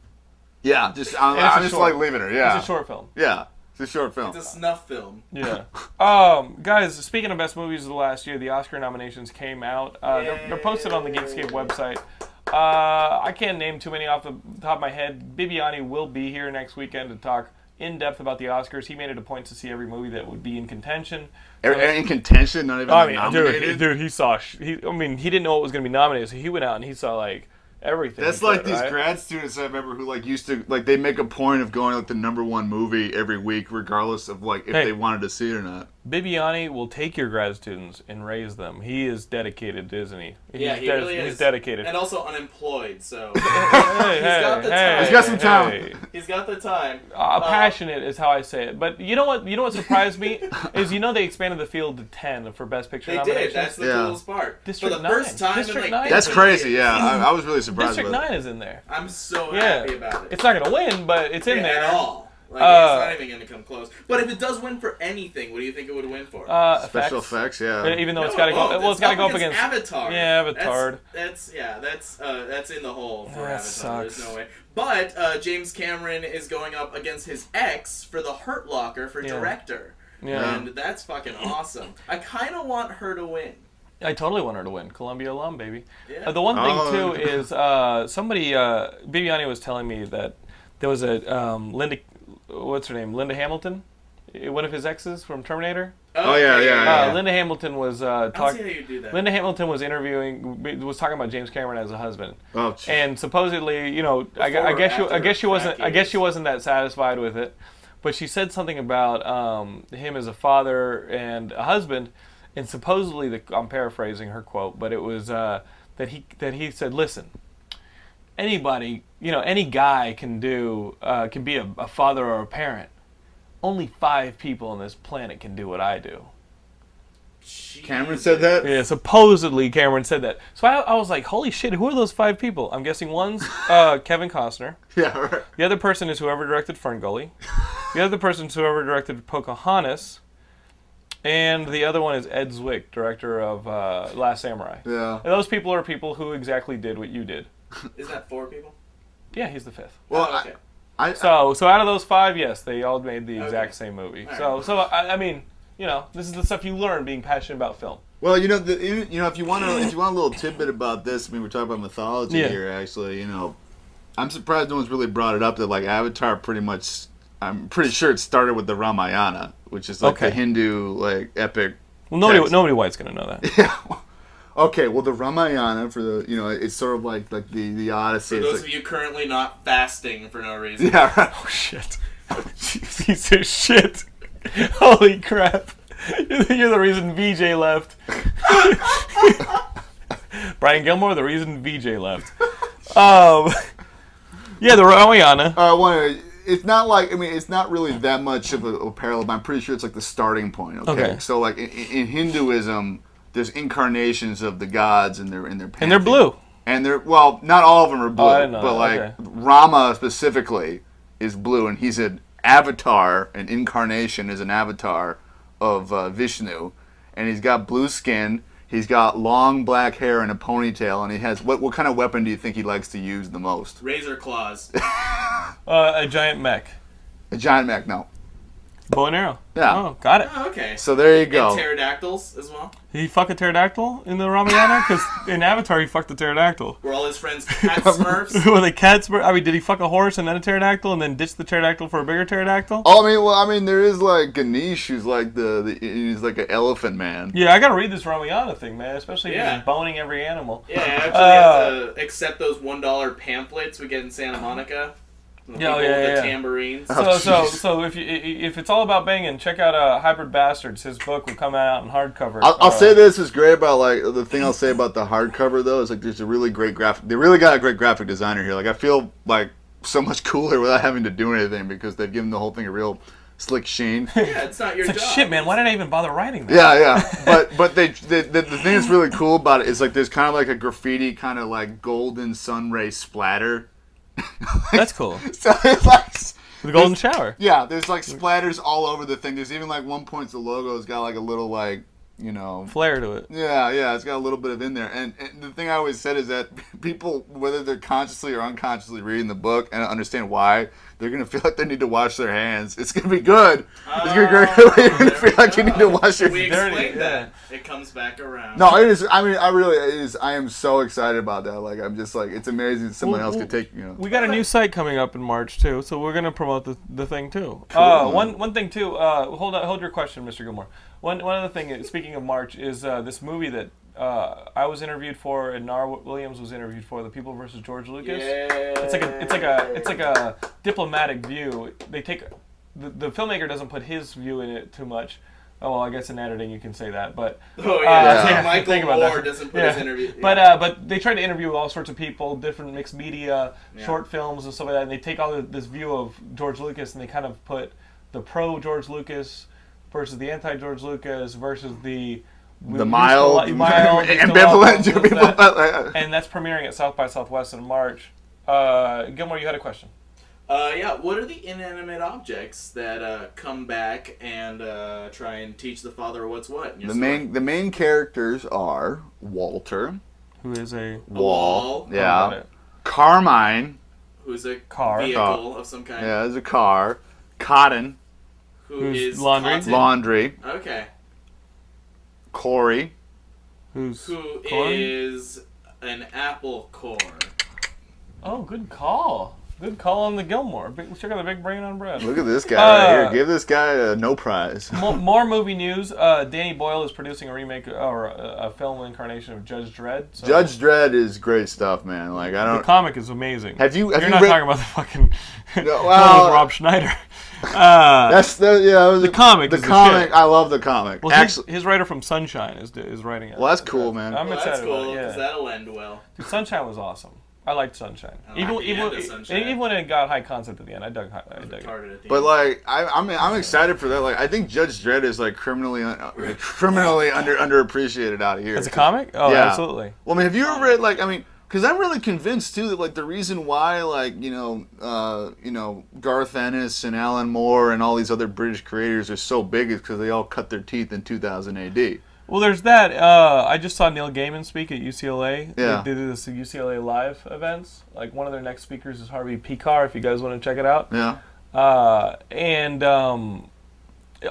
[SPEAKER 3] yeah, just I'm,
[SPEAKER 1] And it's a
[SPEAKER 3] I'm just
[SPEAKER 1] short.
[SPEAKER 3] like leaving her. Yeah,
[SPEAKER 1] It's a short film.
[SPEAKER 3] Yeah, it's a short film.
[SPEAKER 2] it's a snuff film.
[SPEAKER 1] Yeah. um, guys, speaking of best movies of the last year, the Oscar nominations came out. Uh, they're, they're posted on the Geekscape website. Uh, I can't name too many off the top of my head. Bibiani will be here next weekend to talk in depth about the Oscars. He made it a point to see every movie that would be in contention.
[SPEAKER 3] Are- are in contention, not even
[SPEAKER 1] I
[SPEAKER 3] like,
[SPEAKER 1] mean,
[SPEAKER 3] nominated.
[SPEAKER 1] dude, dude, he saw. Sh- he, I mean, he didn't know what was going to be nominated, so he went out and he saw like everything.
[SPEAKER 3] That's
[SPEAKER 1] he
[SPEAKER 3] like
[SPEAKER 1] could,
[SPEAKER 3] these
[SPEAKER 1] right?
[SPEAKER 3] grad students I remember who like used to like they make a point of going like the number one movie every week, regardless of like if
[SPEAKER 1] Hey.
[SPEAKER 3] they wanted to see it or not.
[SPEAKER 1] Bibiani will take your grad students and raise them. He is dedicated, isn't he? He's
[SPEAKER 2] Yeah, he
[SPEAKER 1] ded-
[SPEAKER 2] really is.
[SPEAKER 1] He's dedicated.
[SPEAKER 2] And also unemployed, so
[SPEAKER 1] hey, hey,
[SPEAKER 2] got the
[SPEAKER 1] hey,
[SPEAKER 2] time. He's
[SPEAKER 3] got some talent.
[SPEAKER 1] hey.
[SPEAKER 2] he's got the time.
[SPEAKER 1] Uh, passionate is how I say it. But you know what? You know what surprised me is you know they expanded the field to ten for best picture
[SPEAKER 2] They
[SPEAKER 1] nominations.
[SPEAKER 2] did. That's the
[SPEAKER 3] Yeah.
[SPEAKER 2] coolest part.
[SPEAKER 1] District
[SPEAKER 2] For the
[SPEAKER 1] Nine.
[SPEAKER 2] first time
[SPEAKER 1] District
[SPEAKER 2] in
[SPEAKER 1] Nine.
[SPEAKER 2] like
[SPEAKER 3] That's
[SPEAKER 1] Yeah.
[SPEAKER 3] crazy. Yeah, I, I was really surprised.
[SPEAKER 1] District
[SPEAKER 3] about it.
[SPEAKER 1] Nine is in there.
[SPEAKER 2] I'm so
[SPEAKER 1] Yeah,
[SPEAKER 2] happy about it.
[SPEAKER 1] it's not gonna win, but it's in
[SPEAKER 2] Yeah,
[SPEAKER 1] there
[SPEAKER 2] at all. Like
[SPEAKER 1] Uh,
[SPEAKER 2] it's not even gonna come close. But if it does win for anything, what do you think it would win for?
[SPEAKER 1] Uh,
[SPEAKER 3] Special effects, yeah.
[SPEAKER 1] Uh, Even though
[SPEAKER 2] No,
[SPEAKER 1] it's gotta
[SPEAKER 2] it
[SPEAKER 1] go.
[SPEAKER 2] won't.
[SPEAKER 1] Well, it's gotta go up against.
[SPEAKER 2] against Avatar.
[SPEAKER 1] Yeah, Avatar.
[SPEAKER 2] That's, that's yeah, that's uh, that's in the hole for
[SPEAKER 1] That
[SPEAKER 2] Avatar. There's
[SPEAKER 1] sucks.
[SPEAKER 2] no way. But uh, James Cameron is going up against his ex for the Hurt Locker for director,
[SPEAKER 1] Yeah.
[SPEAKER 2] and that's fucking awesome. I kind of want her to win.
[SPEAKER 1] I totally want her to win. Columbia alum, baby.
[SPEAKER 2] Yeah.
[SPEAKER 1] Uh, the one thing too
[SPEAKER 3] Oh.
[SPEAKER 1] is uh, somebody uh, Bibiani was telling me that there was a um, Linda, what's her name, Linda Hamilton, Uh, one of his exes from Terminator.
[SPEAKER 3] Oh, yeah,
[SPEAKER 2] okay.
[SPEAKER 3] yeah,
[SPEAKER 1] Uh,
[SPEAKER 3] yeah.
[SPEAKER 1] Linda Hamilton was uh,
[SPEAKER 2] I don't
[SPEAKER 1] talking.
[SPEAKER 2] see how you do that.
[SPEAKER 1] Linda Hamilton was interviewing, was talking about James Cameron as a husband,
[SPEAKER 3] Oh, jeez.
[SPEAKER 1] and supposedly, you know, I, gu- I
[SPEAKER 2] Before or
[SPEAKER 1] guess you, I
[SPEAKER 2] after
[SPEAKER 1] guess she wasn't, I
[SPEAKER 2] Jackie
[SPEAKER 1] guess she
[SPEAKER 2] was-
[SPEAKER 1] wasn't that satisfied with it, but she said something about um, him as a father and a husband, and supposedly, the, I'm paraphrasing her quote, but it was uh, that he that he said, "Listen, anybody, you know, any guy can do, uh, can be a, a father or a parent. Only five people on this planet can do what I do."
[SPEAKER 3] Cameron said that.
[SPEAKER 1] Yeah, supposedly Cameron said that. So I, I was like, holy shit, who are those five people? I'm guessing one's uh, Kevin Costner.
[SPEAKER 3] Yeah, right.
[SPEAKER 1] The other person is whoever directed Ferngully. The other person is whoever directed Pocahontas. And the other one is Ed Zwick, director of uh, Last Samurai.
[SPEAKER 3] Yeah.
[SPEAKER 1] And those people are people who exactly did what you did.
[SPEAKER 2] Is that four people?
[SPEAKER 1] Yeah, he's the fifth.
[SPEAKER 3] Well,
[SPEAKER 2] Oh, okay.
[SPEAKER 3] I, I,
[SPEAKER 1] So, so out of those five, yes, they all made the exact
[SPEAKER 2] Okay.
[SPEAKER 1] same movie.
[SPEAKER 2] All
[SPEAKER 1] So,
[SPEAKER 2] right.
[SPEAKER 1] so I, I mean, you know, this is the stuff you learn being passionate about film.
[SPEAKER 3] Well, you know, the, you, you know, if you want to, if you want a little tidbit about this, I mean, we're talking about mythology
[SPEAKER 1] Yeah.
[SPEAKER 3] here. Actually, you know, I'm surprised no one's really brought it up that like Avatar pretty much. I'm pretty sure it started with the Ramayana, which is like the
[SPEAKER 1] Okay.
[SPEAKER 3] Hindu like epic.
[SPEAKER 1] Well, nobody,
[SPEAKER 3] text.
[SPEAKER 1] nobody white's gonna know that.
[SPEAKER 3] Okay, well, the Ramayana for the you know, it's sort of like like the the Odyssey.
[SPEAKER 2] For
[SPEAKER 3] It's
[SPEAKER 2] those
[SPEAKER 3] like-
[SPEAKER 2] of you currently not fasting for no reason.
[SPEAKER 3] yeah, right.
[SPEAKER 1] Oh shit. Piece of shit. Holy crap. You're the, you're the reason VJ left. Brian Gilmore, the reason VJ left. Um, yeah, the Ramayana.
[SPEAKER 3] Uh, one, it's not like I mean, it's not really that much of a, a parallel. But I'm pretty sure it's like the starting point. Okay,
[SPEAKER 1] Okay.
[SPEAKER 3] so like in, in Hinduism, there's incarnations of the gods, and they're in their
[SPEAKER 1] And they're blue. Oh,
[SPEAKER 3] and they're well, not all of them are blue,
[SPEAKER 1] I didn't know
[SPEAKER 3] but
[SPEAKER 1] that.
[SPEAKER 3] like
[SPEAKER 1] Okay.
[SPEAKER 3] Rama specifically is blue, and he's an avatar, an incarnation is an avatar of uh, Vishnu, and he's got blue skin. He's got long black hair and a ponytail, and he has what? What kind of weapon do you think he likes to use the most?
[SPEAKER 2] Razor claws.
[SPEAKER 1] Uh, a giant mech.
[SPEAKER 3] A giant mech? No.
[SPEAKER 1] Bow and arrow.
[SPEAKER 3] Yeah.
[SPEAKER 1] Oh, got it.
[SPEAKER 2] Oh, okay.
[SPEAKER 3] So there you go.
[SPEAKER 2] and pterodactyls as well.
[SPEAKER 1] Did he fuck a pterodactyl in the Ramayana? Because in Avatar, he fucked a pterodactyl.
[SPEAKER 2] Were all his friends cat smurfs?
[SPEAKER 1] Were the cats? I mean, did he fuck a horse and then a pterodactyl and then ditch the pterodactyl for a bigger pterodactyl?
[SPEAKER 3] Oh, I mean, well, I mean, there is like Ganesh, who's like the, the he's like an elephant man.
[SPEAKER 1] Yeah, I gotta read this Ramayana thing, man. Especially if
[SPEAKER 2] Yeah.
[SPEAKER 1] he's boning every animal.
[SPEAKER 2] yeah, I actually
[SPEAKER 1] Uh.
[SPEAKER 2] have to accept those one dollar pamphlets we get in Santa Monica. The
[SPEAKER 1] Yeah, oh,
[SPEAKER 2] people
[SPEAKER 1] yeah,
[SPEAKER 2] with
[SPEAKER 1] yeah.
[SPEAKER 2] the tambourines.
[SPEAKER 3] Oh,
[SPEAKER 1] So, so,
[SPEAKER 3] jeez.
[SPEAKER 1] so if you, i- i- if it's all about banging, check out uh, Hybrid Bastards. His book will come out in hardcover.
[SPEAKER 3] I'll, I'll
[SPEAKER 1] Uh,
[SPEAKER 3] say this is great about like the thing I'll say about the hardcover though is like there's a really great graphic. They really got a great graphic designer here. Like I feel like so much cooler without having to do anything because they've given the whole thing a real slick sheen.
[SPEAKER 2] yeah, it's not your
[SPEAKER 1] It's like
[SPEAKER 2] job.
[SPEAKER 1] shit, man. Why did I even bother writing that?
[SPEAKER 3] Yeah, yeah. But but they, they the, the thing that's really cool about it is like there's kind of like a graffiti kind of like golden sun ray splatter.
[SPEAKER 1] that's cool.
[SPEAKER 3] So it's like
[SPEAKER 1] The Golden Shower.
[SPEAKER 3] Yeah, there's like splatters all over the thing. There's even like one point the logo's got like a little like you know.
[SPEAKER 1] Flair to it.
[SPEAKER 3] Yeah, yeah, it's got a little bit of in there. And, and the thing I always said is that people, whether they're consciously or unconsciously reading the book and understand why, they're gonna feel like they need to wash their hands. It's gonna be good. It's gonna be great. You're gonna feel like you need to wash your.
[SPEAKER 2] We
[SPEAKER 1] Dirty,
[SPEAKER 2] explained
[SPEAKER 1] yeah.
[SPEAKER 2] that. It comes back around.
[SPEAKER 3] No, it is. I mean, I really it is. I am so excited about that. Like, I'm just like, it's amazing someone
[SPEAKER 1] Well,
[SPEAKER 3] else
[SPEAKER 1] well,
[SPEAKER 3] could take. You know.
[SPEAKER 1] We got a new site coming up in March too, so we're gonna promote the, the thing too. Uh, one one thing too. Uh, hold on, hold your question, Mr. Gilmore. One one other thing. is- Speaking of March, is uh, this movie that uh, I was interviewed for and Nar Williams was interviewed for, The People versus George Lucas. It's like a it's like a it's like a diplomatic view. They take the, the filmmaker doesn't put his view in it too much. Oh well, I guess in editing you can say that, but uh,
[SPEAKER 2] Oh yeah, it's like
[SPEAKER 3] Yeah.
[SPEAKER 2] Michael
[SPEAKER 1] think about
[SPEAKER 2] Moore
[SPEAKER 1] that.
[SPEAKER 2] doesn't put
[SPEAKER 1] Yeah.
[SPEAKER 2] his interview.
[SPEAKER 1] But uh, but they try to interview all sorts of people, different mixed media, short films and stuff like that. And they take all the, this view of George Lucas and they kind of put the pro George Lucas versus the anti George Lucas versus the
[SPEAKER 3] the mild,
[SPEAKER 1] mild used to love
[SPEAKER 3] ambivalent
[SPEAKER 1] this,
[SPEAKER 3] to people.
[SPEAKER 1] that.
[SPEAKER 3] That.
[SPEAKER 1] and that's premiering at South by Southwest in March. Uh, Gilmore, you had a question.
[SPEAKER 2] Uh, yeah, what are the inanimate objects that uh, come back and uh, try and teach the father what's what? in your
[SPEAKER 3] The
[SPEAKER 2] story?
[SPEAKER 3] main the main characters are Walter,
[SPEAKER 1] Who is a
[SPEAKER 3] Wall,
[SPEAKER 2] Wall.
[SPEAKER 1] Got
[SPEAKER 3] yeah,
[SPEAKER 1] it.
[SPEAKER 3] Carmine,
[SPEAKER 2] who's a
[SPEAKER 1] Car.
[SPEAKER 2] vehicle of some kind.
[SPEAKER 3] yeah, there's a car, Cotton,
[SPEAKER 2] Who
[SPEAKER 1] Who's
[SPEAKER 2] is
[SPEAKER 1] laundry?
[SPEAKER 2] Cotton.
[SPEAKER 3] Laundry,
[SPEAKER 2] Okay.
[SPEAKER 3] Corey,
[SPEAKER 1] who's
[SPEAKER 2] Who is
[SPEAKER 1] Corn?
[SPEAKER 2] an apple core?
[SPEAKER 1] Oh, good call. Good call on the Gilmore. Big, check out the big brain on Brad.
[SPEAKER 3] Look at this guy right
[SPEAKER 1] Uh,
[SPEAKER 3] here. Give this guy a no prize.
[SPEAKER 1] Mo- More movie news. Uh, Danny Boyle is producing a remake uh, or a, a film incarnation of Judge Dredd. So
[SPEAKER 3] Judge Dredd is great stuff, man. Like I
[SPEAKER 1] The
[SPEAKER 3] don't.
[SPEAKER 1] comic is amazing.
[SPEAKER 3] Have you- have
[SPEAKER 1] You're
[SPEAKER 3] you
[SPEAKER 1] not
[SPEAKER 3] read-
[SPEAKER 1] talking about the fucking one
[SPEAKER 3] well-
[SPEAKER 1] with Rob Schneider. Uh,
[SPEAKER 3] That's the yeah. that was-
[SPEAKER 1] The comic
[SPEAKER 3] The
[SPEAKER 1] is the
[SPEAKER 3] comic.
[SPEAKER 1] shit.
[SPEAKER 3] I love the comic.
[SPEAKER 1] well, his,
[SPEAKER 3] Actually,
[SPEAKER 1] his writer from Sunshine is is writing it.
[SPEAKER 3] well, that's cool, man.
[SPEAKER 1] I'm
[SPEAKER 2] Well,
[SPEAKER 1] excited
[SPEAKER 2] that's
[SPEAKER 1] about
[SPEAKER 2] cool
[SPEAKER 1] it. Yeah.
[SPEAKER 2] because that'll end well.
[SPEAKER 1] Dude, Sunshine was awesome. I liked Sunshine. even
[SPEAKER 2] like the
[SPEAKER 1] even, e,
[SPEAKER 2] end of Sunshine.
[SPEAKER 1] even when it got high concept at the end, I dug high, I dug it.
[SPEAKER 2] Retarded at the
[SPEAKER 3] But
[SPEAKER 2] end.
[SPEAKER 3] like, I, I'm I'm excited for that. Like, I think Judge Dredd is like criminally uh, criminally under underappreciated out here.
[SPEAKER 1] As a comic? Oh,
[SPEAKER 3] Yeah.
[SPEAKER 1] absolutely.
[SPEAKER 3] Well, I mean, have you ever read like I mean, because I'm really convinced too that like the reason why like you know uh, you know Garth Ennis and Alan Moore and all these other British creators are so big is because they all cut their teeth in 2000 AD.
[SPEAKER 1] Well, there's that. Uh, I just saw Neil Gaiman speak at UCLA.
[SPEAKER 3] Yeah.
[SPEAKER 1] They did this at UCLA live events. Like one of their next speakers is Harvey Picar. If you guys want to check it out,
[SPEAKER 3] Yeah.
[SPEAKER 1] uh, and um,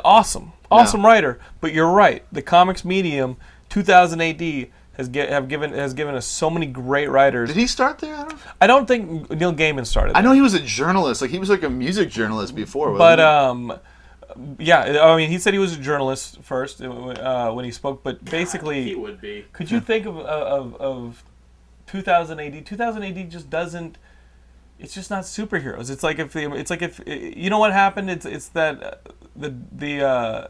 [SPEAKER 1] awesome, awesome writer. But you're right. The comics medium, 2000 AD, has get, have given has given us so many great writers.
[SPEAKER 3] Did he start there? I don't.
[SPEAKER 1] I don't think Neil Gaiman started.
[SPEAKER 3] I know he was a journalist. Like he was like a music journalist before. wasn't
[SPEAKER 1] But
[SPEAKER 3] he?
[SPEAKER 1] um, yeah, I mean, he said he was a journalist first uh, when he spoke, but
[SPEAKER 2] he
[SPEAKER 1] basically,
[SPEAKER 2] would be.
[SPEAKER 1] could you think of uh, of, of 2000 AD? 2000 AD just doesn't. It's just not superheroes. It's like if they, it's like if you know what happened. It's it's that uh, the the. Uh,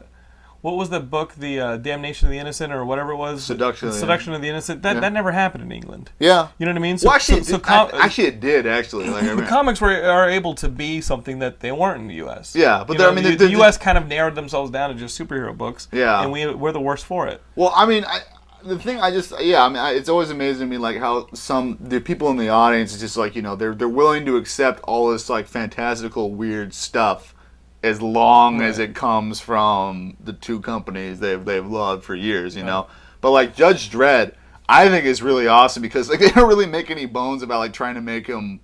[SPEAKER 1] what was the book, the uh, Damnation of the Innocent, or whatever it was?
[SPEAKER 3] Seduction of the
[SPEAKER 1] Seduction of the Innocent. That,
[SPEAKER 3] Yeah.
[SPEAKER 1] that never happened in England.
[SPEAKER 3] yeah.
[SPEAKER 1] You know what I mean?
[SPEAKER 3] well, actually, it-
[SPEAKER 1] com-
[SPEAKER 3] I- actually, it did actually. Like, I
[SPEAKER 1] the
[SPEAKER 3] mean-
[SPEAKER 1] comics were are able to be something that they weren't in the U.S.
[SPEAKER 3] Yeah, but
[SPEAKER 1] You
[SPEAKER 3] they're-
[SPEAKER 1] know,
[SPEAKER 3] I mean,
[SPEAKER 1] the,
[SPEAKER 3] they're-
[SPEAKER 1] the U.S. kind of narrowed themselves down to just superhero books.
[SPEAKER 3] Yeah.
[SPEAKER 1] and we we're the worst for it.
[SPEAKER 3] Well, I mean, I, the thing I just yeah, I mean, I, it's always amazing to me like how some the people in the audience is just like you know they're they're willing to accept all this like fantastical weird stuff as long as it comes from the two companies they've they've loved for years, you know. But like Judge Dredd, I think is really awesome because like they don't really make any bones about like trying to make him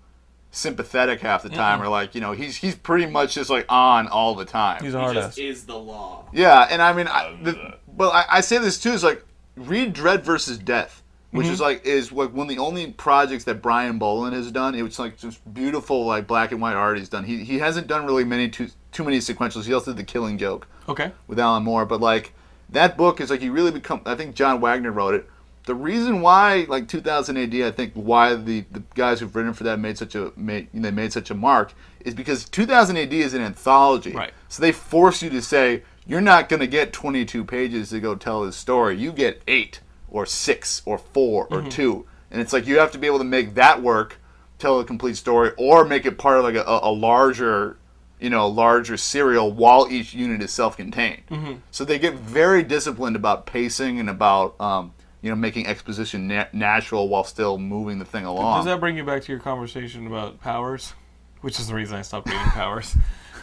[SPEAKER 3] sympathetic half the time or like you know he's he's pretty much just like on all the time.
[SPEAKER 1] He's a
[SPEAKER 2] He
[SPEAKER 1] hard
[SPEAKER 2] just
[SPEAKER 1] ass.
[SPEAKER 2] is the law.
[SPEAKER 3] Yeah, and I mean, I, the, well, I, I say this too is like read Dread versus Death, which is like is like one of the only projects that Brian Boland has done. It was like just beautiful, like black and white art he's done. He he hasn't done really many too too many sequentials. He also did The Killing Joke
[SPEAKER 1] Okay.
[SPEAKER 3] with Alan Moore, but like that book is like you really become. I think John Wagner wrote it. The reason why, like 2000 AD, I think why the, the guys who've written for that made such a made, they made such a mark is because 2000 AD is an anthology,
[SPEAKER 1] Right.
[SPEAKER 3] So they force you to say you're not going to get 22 pages to go tell this story. You get eight or six or four or two, and it's like you have to be able to make that work, tell a complete story, or make it part of like a, a larger you know, larger serial while each unit is self-contained. So they get very disciplined about pacing and about um, you know making exposition na- natural while still moving the thing along.
[SPEAKER 1] Does that bring you back to your conversation about powers, which is the reason I stopped reading powers?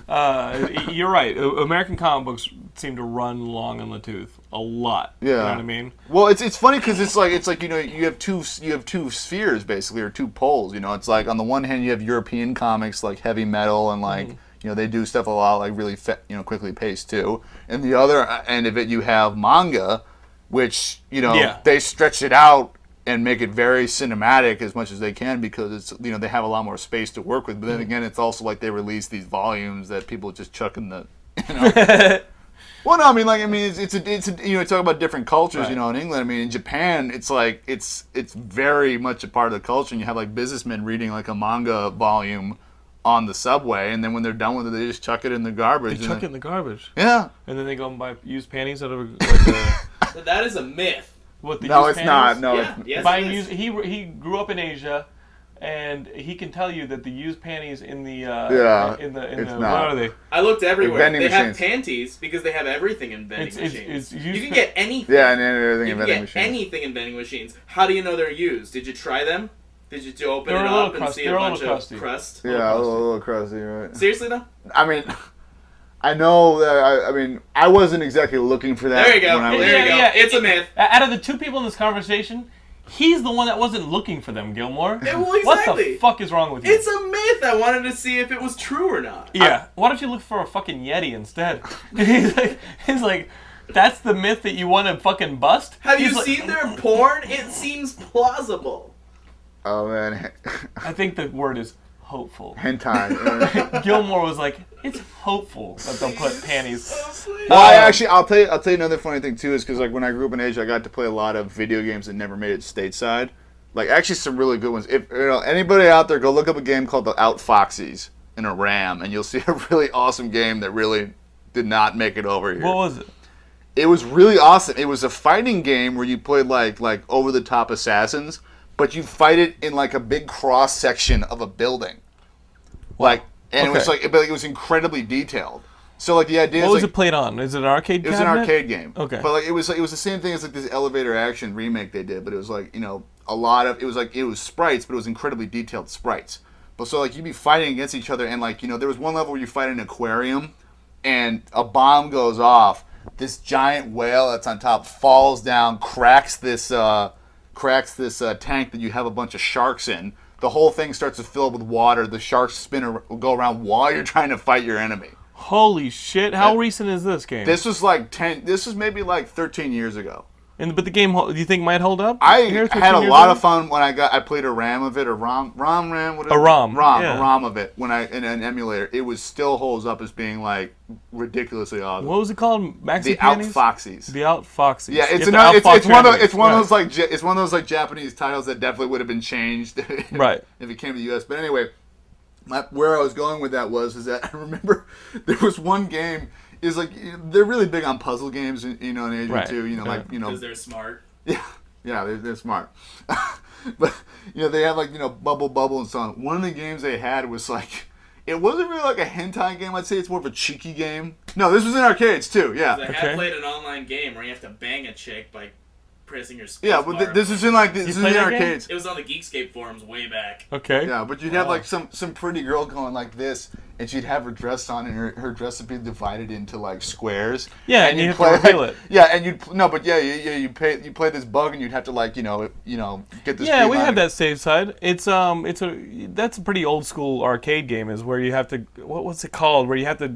[SPEAKER 1] Uh, y- you're right. A- American comic books seem to run long in the tooth a lot. You know
[SPEAKER 3] Yeah.
[SPEAKER 1] what I mean?
[SPEAKER 3] Well, it's it's funny because it's like it's like you know you have two you have two spheres basically or two poles. You know, it's like on the one hand you have European comics like heavy metal and like
[SPEAKER 1] Mm.
[SPEAKER 3] you know they do stuff a lot like really fa- you know quickly paced too, and the other uh, end of it you have manga, which you know
[SPEAKER 1] Yeah.
[SPEAKER 3] they stretch it out and make it very cinematic as much as they can because it's you know they have a lot more space to work with. But
[SPEAKER 1] Mm.
[SPEAKER 3] then again, it's also like they release these volumes that people just chuck in the well, no, I mean, like, I mean, it's it's, a, it's a, you know, talk about different cultures, you
[SPEAKER 1] Right.
[SPEAKER 3] know, in England. I mean, in Japan, it's like it's it's very much a part of the culture, and you have like businessmen reading like a manga volume on the subway, and then when they're done with it, they just chuck it in the garbage.
[SPEAKER 1] They
[SPEAKER 3] and
[SPEAKER 1] chuck it
[SPEAKER 3] then-
[SPEAKER 1] in the garbage,
[SPEAKER 3] Yeah.
[SPEAKER 1] and then they go and buy used panties out of a, like a,
[SPEAKER 2] But that is a myth.
[SPEAKER 1] what the
[SPEAKER 3] No,
[SPEAKER 1] used
[SPEAKER 3] it's
[SPEAKER 1] panties?
[SPEAKER 3] not. No.
[SPEAKER 2] Yeah,
[SPEAKER 3] it's-
[SPEAKER 2] yes,
[SPEAKER 1] buying
[SPEAKER 2] it
[SPEAKER 1] used.
[SPEAKER 2] is.
[SPEAKER 1] He he grew up in Asia, and he can tell you that the used panties in the uh,
[SPEAKER 3] Yeah,
[SPEAKER 1] in the in
[SPEAKER 3] it's
[SPEAKER 1] the
[SPEAKER 3] not.
[SPEAKER 1] what are they?
[SPEAKER 2] I looked everywhere.
[SPEAKER 3] Vending
[SPEAKER 2] they
[SPEAKER 3] machines.
[SPEAKER 2] have panties because they have everything in vending
[SPEAKER 1] It's- it's-
[SPEAKER 2] machines.
[SPEAKER 1] it's used
[SPEAKER 2] you can
[SPEAKER 1] pa-
[SPEAKER 2] get anything.
[SPEAKER 3] Yeah, and then everything
[SPEAKER 2] you can
[SPEAKER 3] in vending
[SPEAKER 2] get
[SPEAKER 3] machines.
[SPEAKER 2] anything in vending machines. How do you know they're used? Did you try them? Did you do open
[SPEAKER 1] They're
[SPEAKER 2] it
[SPEAKER 1] a little
[SPEAKER 2] up and
[SPEAKER 1] crust-
[SPEAKER 2] see
[SPEAKER 1] they're
[SPEAKER 2] a
[SPEAKER 1] a
[SPEAKER 2] bunch
[SPEAKER 1] little
[SPEAKER 2] of
[SPEAKER 1] crusty.
[SPEAKER 2] crust?
[SPEAKER 3] yeah, a little, a little crusty, right?
[SPEAKER 2] Seriously though,
[SPEAKER 3] I mean, I know that. I, I mean, I wasn't exactly looking for that.
[SPEAKER 2] there you go.
[SPEAKER 3] When I
[SPEAKER 2] There
[SPEAKER 3] was
[SPEAKER 1] Yeah,
[SPEAKER 2] you go.
[SPEAKER 1] yeah,
[SPEAKER 2] It's a myth.
[SPEAKER 1] Uh, Out of the two people in this conversation, he's the one that wasn't looking for them, Gilmore.
[SPEAKER 2] well,
[SPEAKER 1] What the
[SPEAKER 2] exactly.
[SPEAKER 1] fuck is wrong with you?
[SPEAKER 2] It's a myth. I wanted to see if it was true or not.
[SPEAKER 1] yeah. Why don't you look for a fucking Yeti instead? he's like, he's like, that's the myth that you want to fucking bust.
[SPEAKER 2] Have you
[SPEAKER 1] He's like-
[SPEAKER 2] seen their porn? It seems plausible.
[SPEAKER 3] Oh man,
[SPEAKER 1] I think the word is hopeful.
[SPEAKER 3] hentai. you know what I mean?
[SPEAKER 1] Gilmore was like, it's hopeful that they'll put panties.
[SPEAKER 3] Well, I
[SPEAKER 1] Uh,
[SPEAKER 3] actually, I'll tell you, I'll tell you another funny thing too is because like when I grew up in Asia, I got to play a lot of video games that never made it stateside. Like actually, some really good ones. If you know anybody out there, go look up a game called the Out Foxies in a RAM, and you'll see a really awesome game that really did not make it over here.
[SPEAKER 1] What was it?
[SPEAKER 3] it was really awesome. It was a fighting game where you played like like over the top assassins, but you fight it in like a big cross section of a building. Like and it was
[SPEAKER 1] Okay.
[SPEAKER 3] like but it was incredibly detailed. So like the idea
[SPEAKER 1] What
[SPEAKER 3] is
[SPEAKER 1] was
[SPEAKER 3] like,
[SPEAKER 1] it played on? Is it an arcade?
[SPEAKER 3] it was an
[SPEAKER 1] cabinet?
[SPEAKER 3] arcade game.
[SPEAKER 1] Okay.
[SPEAKER 3] But like it was like, it was the same thing as like this elevator action remake they did, but it was like, you know, a lot of it was like it was sprites, but it was incredibly detailed sprites. But so like you'd be fighting against each other and like, you know, there was one level where you fight an aquarium and a bomb goes off. This giant whale that's on top falls down, cracks this uh cracks this uh, tank that you have a bunch of sharks in. The whole thing starts to fill up with water. The sharks spin ar- go around while you're trying to fight your enemy.
[SPEAKER 1] Holy shit! How recent is this game?
[SPEAKER 3] This was like ten. This was maybe like thirteen years ago.
[SPEAKER 1] and but the game, hol- do you think might hold up?
[SPEAKER 3] I
[SPEAKER 1] Here, 13
[SPEAKER 3] had a
[SPEAKER 1] years
[SPEAKER 3] lot
[SPEAKER 1] old?
[SPEAKER 3] of fun when I got. I played a RAM of it, a ROM, ROM RAM, whatever.
[SPEAKER 1] A ROM,
[SPEAKER 3] ROM,
[SPEAKER 1] yeah.
[SPEAKER 3] a ROM of it. When I in an emulator, it was still holds up as being like ridiculously awesome.
[SPEAKER 1] What was it called? Maxi
[SPEAKER 3] the out
[SPEAKER 1] panties?
[SPEAKER 3] foxies.
[SPEAKER 1] The out foxies.
[SPEAKER 3] yeah,
[SPEAKER 1] You have
[SPEAKER 3] it's
[SPEAKER 1] to
[SPEAKER 3] another. It's,
[SPEAKER 1] outfox
[SPEAKER 3] it's one
[SPEAKER 1] your
[SPEAKER 3] of it's
[SPEAKER 1] enemies.
[SPEAKER 3] one
[SPEAKER 1] Right.
[SPEAKER 3] of those like Ja- it's one of those like Japanese titles that definitely would have been changed. if-
[SPEAKER 1] Right.
[SPEAKER 3] If it came to the U.S. But anyway, my, where I was going with that was is that I remember there was one game. Is like they're really big on puzzle games, you know, in Asia
[SPEAKER 1] Right.
[SPEAKER 3] too. You know, like you know,
[SPEAKER 2] Because they're smart.
[SPEAKER 3] yeah, yeah, they're, they're smart. but you know, they have like you know bubble bubble and so on. One of the games they had was like it wasn't really like a hentai game. I'd say it's more of a cheeky game. No, this was in arcades too. Yeah,
[SPEAKER 2] I
[SPEAKER 1] Okay.
[SPEAKER 2] have played an online game where you have to bang a chick by pressing your space
[SPEAKER 3] yeah, but th-
[SPEAKER 2] bar.
[SPEAKER 3] this is in like this is in
[SPEAKER 1] played
[SPEAKER 3] the
[SPEAKER 1] that game?
[SPEAKER 3] arcades.
[SPEAKER 2] It was on the Geekscape forums way back.
[SPEAKER 1] Okay.
[SPEAKER 3] Yeah, but you'd have like some some pretty girl going like this, and she'd have her dress on, and her, her dress would be divided into like squares.
[SPEAKER 1] Yeah, and
[SPEAKER 3] you'd
[SPEAKER 1] you have to reveal it.
[SPEAKER 3] Yeah, and you'd no, but yeah, yeah, yeah you pay you play this bug, and you'd have to like you know you know get this.
[SPEAKER 1] Yeah, we
[SPEAKER 3] beeline.
[SPEAKER 1] have that save side. It's um, it's a that's a pretty old school arcade game. Is where you have to what what's it called? Where you have to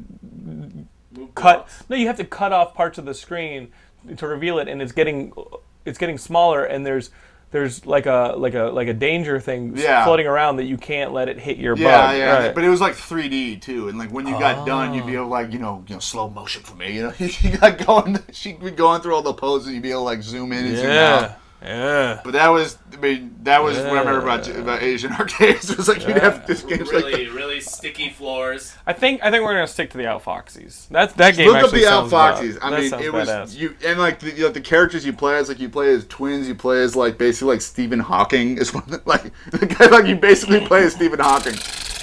[SPEAKER 2] Move
[SPEAKER 1] cut
[SPEAKER 2] blocks.
[SPEAKER 1] no, you have to cut off parts of the screen to reveal it, and it's getting it's getting smaller, and there's there's like a like a like a danger thing s-
[SPEAKER 3] Yeah.
[SPEAKER 1] floating around that you can't let it hit your
[SPEAKER 3] Yeah,
[SPEAKER 1] bug.
[SPEAKER 3] yeah,
[SPEAKER 1] right. Oh.
[SPEAKER 3] but it was like 3D too, and like when you got done, you'd be able, like you know, you know, slow motion for me. You know, you got going. She'd be going through all the poses. You'd be able to like zoom in and zoom
[SPEAKER 1] yeah,
[SPEAKER 3] out.
[SPEAKER 1] yeah.
[SPEAKER 3] But that was, I mean, that was what I remember about, about Asian arcades. It was like you'd have this game. like
[SPEAKER 2] Really, really sticky floors.
[SPEAKER 1] I think I think we're gonna stick to the Outfoxies. That's that game.
[SPEAKER 3] Look up
[SPEAKER 1] actually
[SPEAKER 3] the
[SPEAKER 1] sounds
[SPEAKER 3] Outfoxies.
[SPEAKER 1] rad.
[SPEAKER 3] I
[SPEAKER 1] That
[SPEAKER 3] mean,
[SPEAKER 1] sounds
[SPEAKER 3] it was
[SPEAKER 1] badass.
[SPEAKER 3] you and like the, you know, the characters you play as, like you play as twins, you play as like basically like Stephen Hawking is one of the, like the guy like you basically play as Stephen Hawking.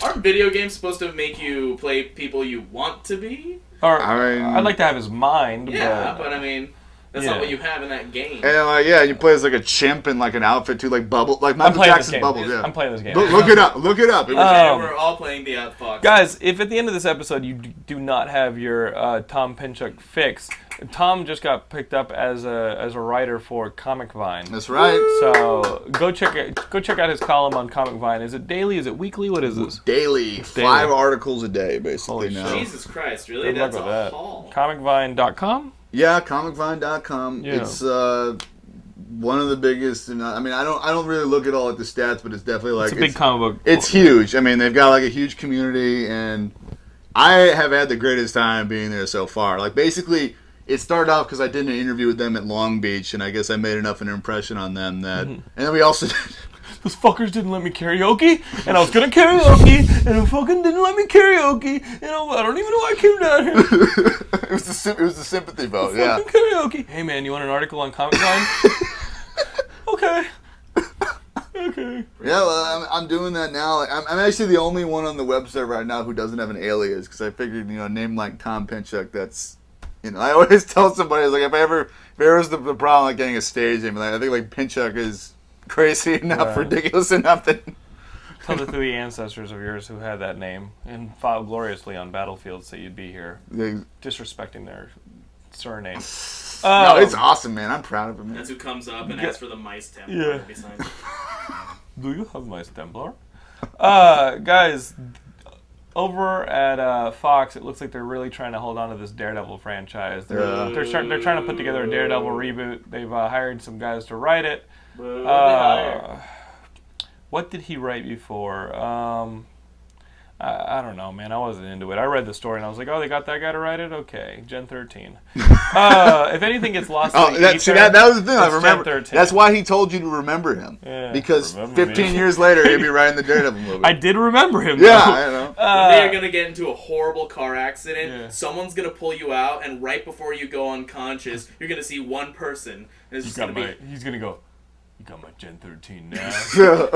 [SPEAKER 2] Aren't video games supposed to make you play people you want to be?
[SPEAKER 1] Or,
[SPEAKER 3] I mean-
[SPEAKER 1] I'd like to have his mind.
[SPEAKER 2] Yeah,
[SPEAKER 1] but-
[SPEAKER 2] but I mean, that's
[SPEAKER 1] Yeah.
[SPEAKER 2] not what you have in that game.
[SPEAKER 3] And like yeah, you play as like a chimp in like an outfit too, like bubble, like Michael
[SPEAKER 1] playing this
[SPEAKER 3] Jackson
[SPEAKER 1] game.
[SPEAKER 3] bubbles. Yeah,
[SPEAKER 1] I'm playing this game. Uh,
[SPEAKER 3] Look, look it up. Look it up. It was-
[SPEAKER 2] And we're all playing the Outfox.
[SPEAKER 1] Um, Guys, if at the end of this episode you d- do not have your uh, Tom Pinchuk fix, Tom just got picked up as a as a writer for Comic Vine.
[SPEAKER 3] That's right.
[SPEAKER 1] So go check it, go check out his column on Comic Vine. Is it daily? Is it weekly? What is this?
[SPEAKER 3] Daily, five articles a day,
[SPEAKER 1] Holy
[SPEAKER 3] basically now.
[SPEAKER 2] Jesus Christ, really?
[SPEAKER 1] Good luck
[SPEAKER 2] That's a
[SPEAKER 1] with that.
[SPEAKER 2] haul.
[SPEAKER 1] Comicvine.com.
[SPEAKER 3] Yeah, comicvine.com.
[SPEAKER 1] Yeah.
[SPEAKER 3] It's uh, one of the biggest. And I I mean, I don't, I don't really look at all at the stats, but it's definitely like
[SPEAKER 1] It's a big comic book.
[SPEAKER 3] It's huge. I mean, they've got like a huge community, and I have had the greatest time being there so far. Like, basically, it started off because I did an interview with them at Long Beach, and I guess I made enough of an impression on them that. And then we also did.
[SPEAKER 1] Those fuckers didn't let me karaoke, and I was gonna karaoke, and they fucking didn't let me karaoke, and I, I don't even know why I came down here.
[SPEAKER 3] it, was the, sym- it was the sympathy vote, yeah.
[SPEAKER 1] Fucking karaoke. Hey man, you want an article on Comic Vine? okay. Okay.
[SPEAKER 3] Yeah, well, I'm, I'm doing that now. Like, I'm, I'm actually the only one on the website right now who doesn't have an alias because I figured, you know, a name like Tom Pinchuk, that's, you know, I always tell somebody, it's like, if I ever, if there is the, the problem like getting a stage name, like, I think, like, Pinchuk is crazy enough,
[SPEAKER 1] Right.
[SPEAKER 3] ridiculous enough that.
[SPEAKER 1] Tell the three ancestors of yours who had that name and fought gloriously on battlefields that you'd be here,
[SPEAKER 3] No,
[SPEAKER 1] disrespecting their surname.
[SPEAKER 3] it's awesome, man. I'm proud of him. man.
[SPEAKER 2] That's who comes up and asks for the mice template.
[SPEAKER 1] Yeah.
[SPEAKER 2] beside him.
[SPEAKER 1] Do you have my Templar? Uh, guys, over at uh, Fox, it looks like they're really trying to hold on to this Daredevil franchise. They're
[SPEAKER 3] Yeah.
[SPEAKER 1] they're, start, they're trying to put together a Daredevil reboot. They've uh, hired some guys to write it. Uh,
[SPEAKER 2] Boo, they hire.
[SPEAKER 1] what did he write before? Um, I, I don't know, man. I wasn't into it. I read the story and I was like, oh, they got that guy to write it. Okay, Gen 13. uh, if anything gets lost, in
[SPEAKER 3] Oh,
[SPEAKER 1] the
[SPEAKER 3] that, see,
[SPEAKER 1] ether,
[SPEAKER 3] that, that was the thing. I
[SPEAKER 1] it's Gen
[SPEAKER 3] remember.
[SPEAKER 1] 13.
[SPEAKER 3] That's why he told you to remember him.
[SPEAKER 1] Yeah,
[SPEAKER 3] because
[SPEAKER 1] remember
[SPEAKER 3] 15
[SPEAKER 1] me.
[SPEAKER 3] years later, he'd be writing the Daredevil movie.
[SPEAKER 1] I Uh, did remember him.
[SPEAKER 3] yeah,
[SPEAKER 1] though.
[SPEAKER 3] I know.
[SPEAKER 2] They're gonna get into a horrible car accident.
[SPEAKER 1] Yeah.
[SPEAKER 2] Someone's gonna pull you out, and right before you go unconscious, you're gonna see one person. And
[SPEAKER 1] He's
[SPEAKER 2] it's just
[SPEAKER 1] got
[SPEAKER 2] gonna
[SPEAKER 1] my.
[SPEAKER 2] be.
[SPEAKER 1] He's gonna go. You got my Gen 13 now.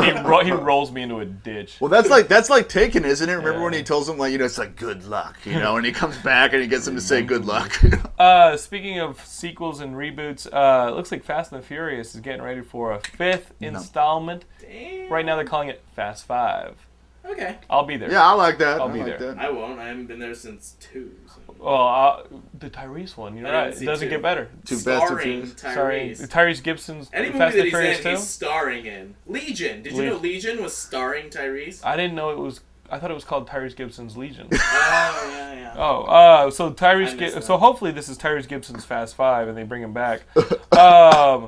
[SPEAKER 1] he, ro- he rolls me into a ditch.
[SPEAKER 3] Well, that's like that's like Taken, isn't it? Remember when
[SPEAKER 1] Yeah.
[SPEAKER 3] he tells him like you know it's like good luck, you know, and he comes back and he gets him to
[SPEAKER 1] Mm-hmm.
[SPEAKER 3] say good luck.
[SPEAKER 1] Uh, speaking of sequels and reboots, uh, it looks like Fast and the Furious is getting ready for a fifth installment. Right now they're calling it Fast Five.
[SPEAKER 2] "Eh, Okay.
[SPEAKER 1] I'll be there.
[SPEAKER 3] yeah, I like that.
[SPEAKER 1] I'll
[SPEAKER 3] I
[SPEAKER 1] be
[SPEAKER 3] like
[SPEAKER 1] there.
[SPEAKER 3] that.
[SPEAKER 2] I won't. I haven't been there since two. So.
[SPEAKER 1] Well, uh, the Tyrese one. You're
[SPEAKER 2] I didn't
[SPEAKER 1] right. It
[SPEAKER 2] see
[SPEAKER 1] doesn't
[SPEAKER 2] two.
[SPEAKER 1] get better.
[SPEAKER 3] Two best of
[SPEAKER 2] Starring
[SPEAKER 3] twos.
[SPEAKER 2] Tyrese.
[SPEAKER 1] Sorry, Tyrese Gibson's
[SPEAKER 2] Any movie
[SPEAKER 1] Fast
[SPEAKER 2] that
[SPEAKER 1] and
[SPEAKER 2] he's
[SPEAKER 1] Furious
[SPEAKER 2] in,
[SPEAKER 1] Two.
[SPEAKER 2] he's starring in. Legion. Did you
[SPEAKER 1] Leg-
[SPEAKER 2] know Legion was starring Tyrese?
[SPEAKER 1] I didn't know it was. I thought it was called Tyrese Gibson's Legion.
[SPEAKER 2] Oh yeah, yeah.
[SPEAKER 1] Oh, uh, so
[SPEAKER 2] I
[SPEAKER 1] Tyrese.
[SPEAKER 2] missed
[SPEAKER 1] Gi-
[SPEAKER 2] that.
[SPEAKER 1] so hopefully this is Tyrese Gibson's Fast Five, and they bring him back. um,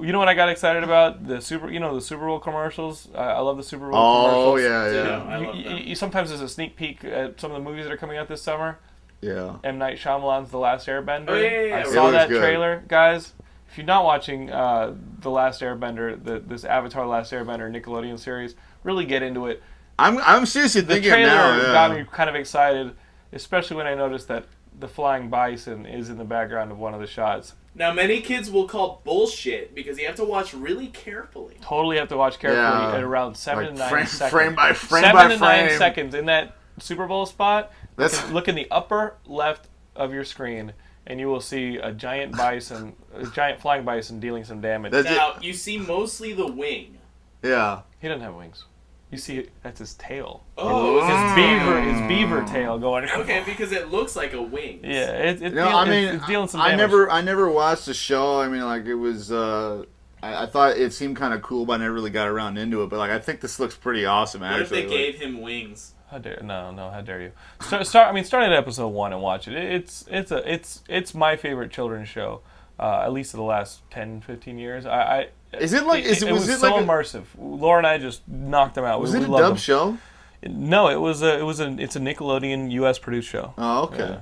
[SPEAKER 1] you know what I got excited about? The super. You know the Super Bowl commercials. I, I love the Super Bowl
[SPEAKER 3] Oh
[SPEAKER 1] commercials.
[SPEAKER 3] yeah,
[SPEAKER 2] No,
[SPEAKER 3] yeah,
[SPEAKER 2] I
[SPEAKER 1] You,
[SPEAKER 2] love
[SPEAKER 1] you,
[SPEAKER 2] them.
[SPEAKER 1] you- sometimes it's a sneak peek at some of the movies that are coming out this summer.
[SPEAKER 3] yeah.
[SPEAKER 1] M Night Shyamalan's The Last Airbender.
[SPEAKER 2] Oh, yeah, yeah, yeah.
[SPEAKER 1] I
[SPEAKER 2] It
[SPEAKER 1] saw
[SPEAKER 3] looks
[SPEAKER 1] that
[SPEAKER 3] good.
[SPEAKER 1] trailer, guys. If you're not watching uh, The Last Airbender, the, this Avatar Last Airbender Nickelodeon series, really get into it.
[SPEAKER 3] I'm I'm seriously
[SPEAKER 1] The
[SPEAKER 3] thinking
[SPEAKER 1] trailer
[SPEAKER 3] now. Yeah.
[SPEAKER 1] got me kind of excited, especially when I noticed that the flying bison is in the background of one of the shots.
[SPEAKER 2] Now many kids will call bullshit because you have to watch really carefully.
[SPEAKER 1] Totally have to watch carefully
[SPEAKER 3] Yeah.
[SPEAKER 1] at around seven
[SPEAKER 3] Like
[SPEAKER 1] to nine
[SPEAKER 3] frame-
[SPEAKER 1] seconds.
[SPEAKER 3] frame by- frame
[SPEAKER 1] seven
[SPEAKER 3] by
[SPEAKER 1] to nine
[SPEAKER 3] frame.
[SPEAKER 1] seconds in that Super Bowl spot.
[SPEAKER 3] That's-
[SPEAKER 1] Look in- look in the upper left of your screen, and you will see a giant bison, a giant flying bison, dealing some damage.
[SPEAKER 3] That's
[SPEAKER 2] Now you see mostly the wing.
[SPEAKER 3] Yeah.
[SPEAKER 1] He doesn't have wings. You see, that's his tail.
[SPEAKER 2] Oh,
[SPEAKER 3] Mm.
[SPEAKER 1] His beaver, his beaver tail going.
[SPEAKER 2] okay, because it looks like a wing.
[SPEAKER 1] Yeah, it, it
[SPEAKER 3] You know,
[SPEAKER 1] deal-
[SPEAKER 3] I
[SPEAKER 1] it's-
[SPEAKER 3] mean,
[SPEAKER 1] it's dealing some
[SPEAKER 3] I
[SPEAKER 1] damage.
[SPEAKER 3] never, I never watched the show. I mean, like it was, uh, I, I thought it seemed kind of cool, but I never really got around into it. But like, I think this looks pretty awesome.
[SPEAKER 2] What if
[SPEAKER 3] Actually,
[SPEAKER 2] they
[SPEAKER 3] Like,
[SPEAKER 2] gave him wings?
[SPEAKER 1] How dare no no how dare you start, start I mean start at episode one and watch it. It- It's it's a it's it's my favorite children's show, uh, at least of the last 10, 15 years. I, I
[SPEAKER 3] Is it like- is it- was
[SPEAKER 1] was,
[SPEAKER 3] it
[SPEAKER 1] so
[SPEAKER 3] like a-
[SPEAKER 1] immersive. Laura and I just knocked them out.
[SPEAKER 3] was
[SPEAKER 1] we,
[SPEAKER 3] it
[SPEAKER 1] we
[SPEAKER 3] a
[SPEAKER 1] loved
[SPEAKER 3] dub
[SPEAKER 1] them.
[SPEAKER 3] show?
[SPEAKER 1] No, it was a it was an it's a Nickelodeon U.S. produced show.
[SPEAKER 3] Oh, okay.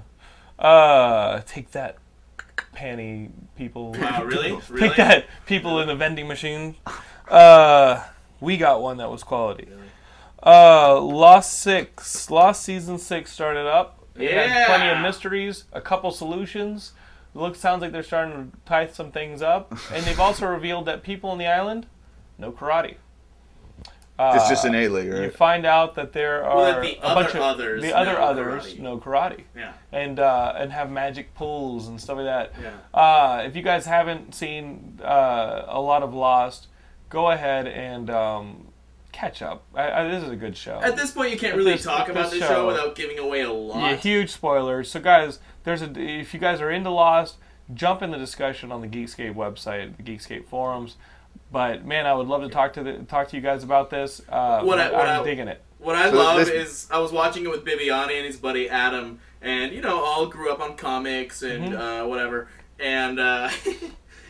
[SPEAKER 1] Uh, take that, panty people.
[SPEAKER 2] Wow, Uh, really? Really?
[SPEAKER 1] Take that, people in the vending machine. Uh, we got one that was quality. Uh, Lost Six, Lost Season Six started up. It had
[SPEAKER 2] Yeah.
[SPEAKER 1] plenty of mysteries, a couple solutions. Looks sounds like they're starting to tie some things up, and they've also revealed that people on the island know karate.
[SPEAKER 3] it's just an A league,
[SPEAKER 1] Uh, You
[SPEAKER 3] right?
[SPEAKER 1] find out that there are
[SPEAKER 2] that the
[SPEAKER 1] a
[SPEAKER 2] other
[SPEAKER 1] bunch of
[SPEAKER 2] others
[SPEAKER 1] the other
[SPEAKER 2] know
[SPEAKER 1] others
[SPEAKER 2] karate.
[SPEAKER 1] know karate
[SPEAKER 2] Yeah.
[SPEAKER 1] and uh, and have magic pools and stuff like that.
[SPEAKER 2] Yeah.
[SPEAKER 1] Uh, if you guys haven't seen uh, a lot of Lost, go ahead and um, catch up. I, I, this is a good show.
[SPEAKER 2] At this point, you can't really
[SPEAKER 1] this-
[SPEAKER 2] talk
[SPEAKER 1] at
[SPEAKER 2] about
[SPEAKER 1] this
[SPEAKER 2] this show,
[SPEAKER 1] show-
[SPEAKER 2] without giving away a lot.
[SPEAKER 1] yeah, huge spoilers. So guys, there's a if you guys are into Lost, jump in the discussion on the Geekscape website, the Geekscape forums. But man, I would love to talk to the, talk to you guys about this. Uh,
[SPEAKER 2] What I- what
[SPEAKER 1] am
[SPEAKER 2] I-
[SPEAKER 1] digging it.
[SPEAKER 2] What I
[SPEAKER 3] So
[SPEAKER 2] love
[SPEAKER 3] this-
[SPEAKER 2] is I was watching it with Bibiani and his buddy Adam, and you know all grew up on comics and
[SPEAKER 1] Mm-hmm.
[SPEAKER 2] uh, whatever. And uh,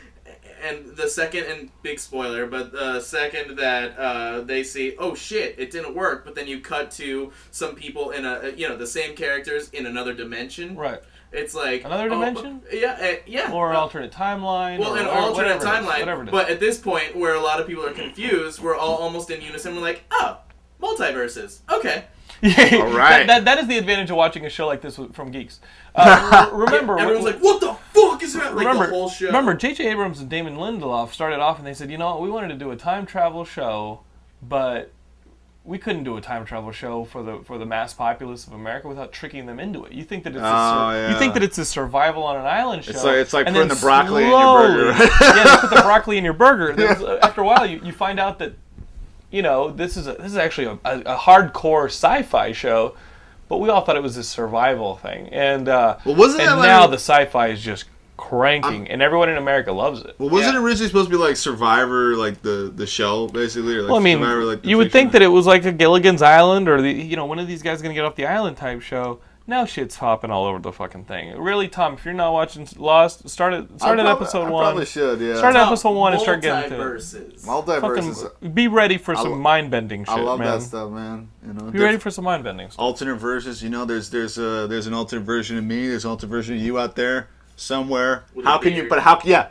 [SPEAKER 2] and the second and big spoiler, but the second that uh, they see, oh shit, it didn't work. But then you cut to some people in a uh, you know the same characters in another dimension.
[SPEAKER 1] Right.
[SPEAKER 2] It's like
[SPEAKER 1] Another
[SPEAKER 2] oh,
[SPEAKER 1] dimension?
[SPEAKER 2] yeah, uh, yeah.
[SPEAKER 1] Or an
[SPEAKER 2] Uh,
[SPEAKER 1] alternate timeline.
[SPEAKER 2] well,
[SPEAKER 1] or
[SPEAKER 2] an
[SPEAKER 1] whatever-
[SPEAKER 2] alternate
[SPEAKER 1] whatever it is, whatever
[SPEAKER 2] timeline.
[SPEAKER 1] it is.
[SPEAKER 2] But at this point, where a lot of people are confused, we're all almost in unison. We're like, oh, multiverses. Okay.
[SPEAKER 1] Yeah,
[SPEAKER 3] All right.
[SPEAKER 1] That, that, that is the advantage of watching a show like this with- from geeks. Uh, re- remember,
[SPEAKER 2] Everyone's like, what the fuck is that? Like
[SPEAKER 1] remember,
[SPEAKER 2] the whole show.
[SPEAKER 1] remember, J.J. Abrams and Damon Lindelof started off and they said, you know, we wanted to do a time travel show, but we couldn't do a time travel show for the for the mass populace of America without tricking them into it. You think that it's a
[SPEAKER 3] Oh,
[SPEAKER 1] sur-
[SPEAKER 3] yeah.
[SPEAKER 1] you think that it's a survival on an island show.
[SPEAKER 3] It's like- it's like
[SPEAKER 1] and
[SPEAKER 3] putting
[SPEAKER 1] then
[SPEAKER 3] the broccoli in your
[SPEAKER 1] slowly-
[SPEAKER 3] burger,
[SPEAKER 1] yeah, they put the broccoli in your burger. There's- After a while, you, you find out that you know this is a, this is actually a, a, a hardcore sci-fi show. But we all thought it was a survival thing, and uh,
[SPEAKER 3] Well, wasn't
[SPEAKER 1] and
[SPEAKER 3] that like-
[SPEAKER 1] now the sci-fi is just cranking, and everyone in America loves it.
[SPEAKER 3] Well, wasn't
[SPEAKER 2] Yeah.
[SPEAKER 3] it originally supposed to be like Survivor, like the the show, basically? Or like
[SPEAKER 1] Well, I mean,
[SPEAKER 3] Survivor, like the
[SPEAKER 1] you would
[SPEAKER 3] fiction?
[SPEAKER 1] think that it was like a Gilligan's Island or the you know when are these guys going to get off the island type show, Now shit's hopping all over the fucking thing. Really, Tom, if you're not watching Lost, start at start
[SPEAKER 3] I
[SPEAKER 1] at
[SPEAKER 3] prob-
[SPEAKER 1] episode
[SPEAKER 3] I
[SPEAKER 1] one.
[SPEAKER 3] Probably should. Yeah.
[SPEAKER 1] Start out- Episode one and start getting to it.
[SPEAKER 2] Oh, Multiverses.
[SPEAKER 3] Multiverse. is-
[SPEAKER 1] Fucking be ready for
[SPEAKER 3] uh, lo-
[SPEAKER 1] some mind bending shit,
[SPEAKER 3] I love
[SPEAKER 1] man.
[SPEAKER 3] that stuff, man. You know.
[SPEAKER 1] Be ready for some mind bending.
[SPEAKER 3] alternate versions. You know, there's there's a there's an alternate version of me. There's an alternate version of you out there somewhere.
[SPEAKER 2] With a
[SPEAKER 3] how can you?
[SPEAKER 2] beard.
[SPEAKER 3] But how? Yeah.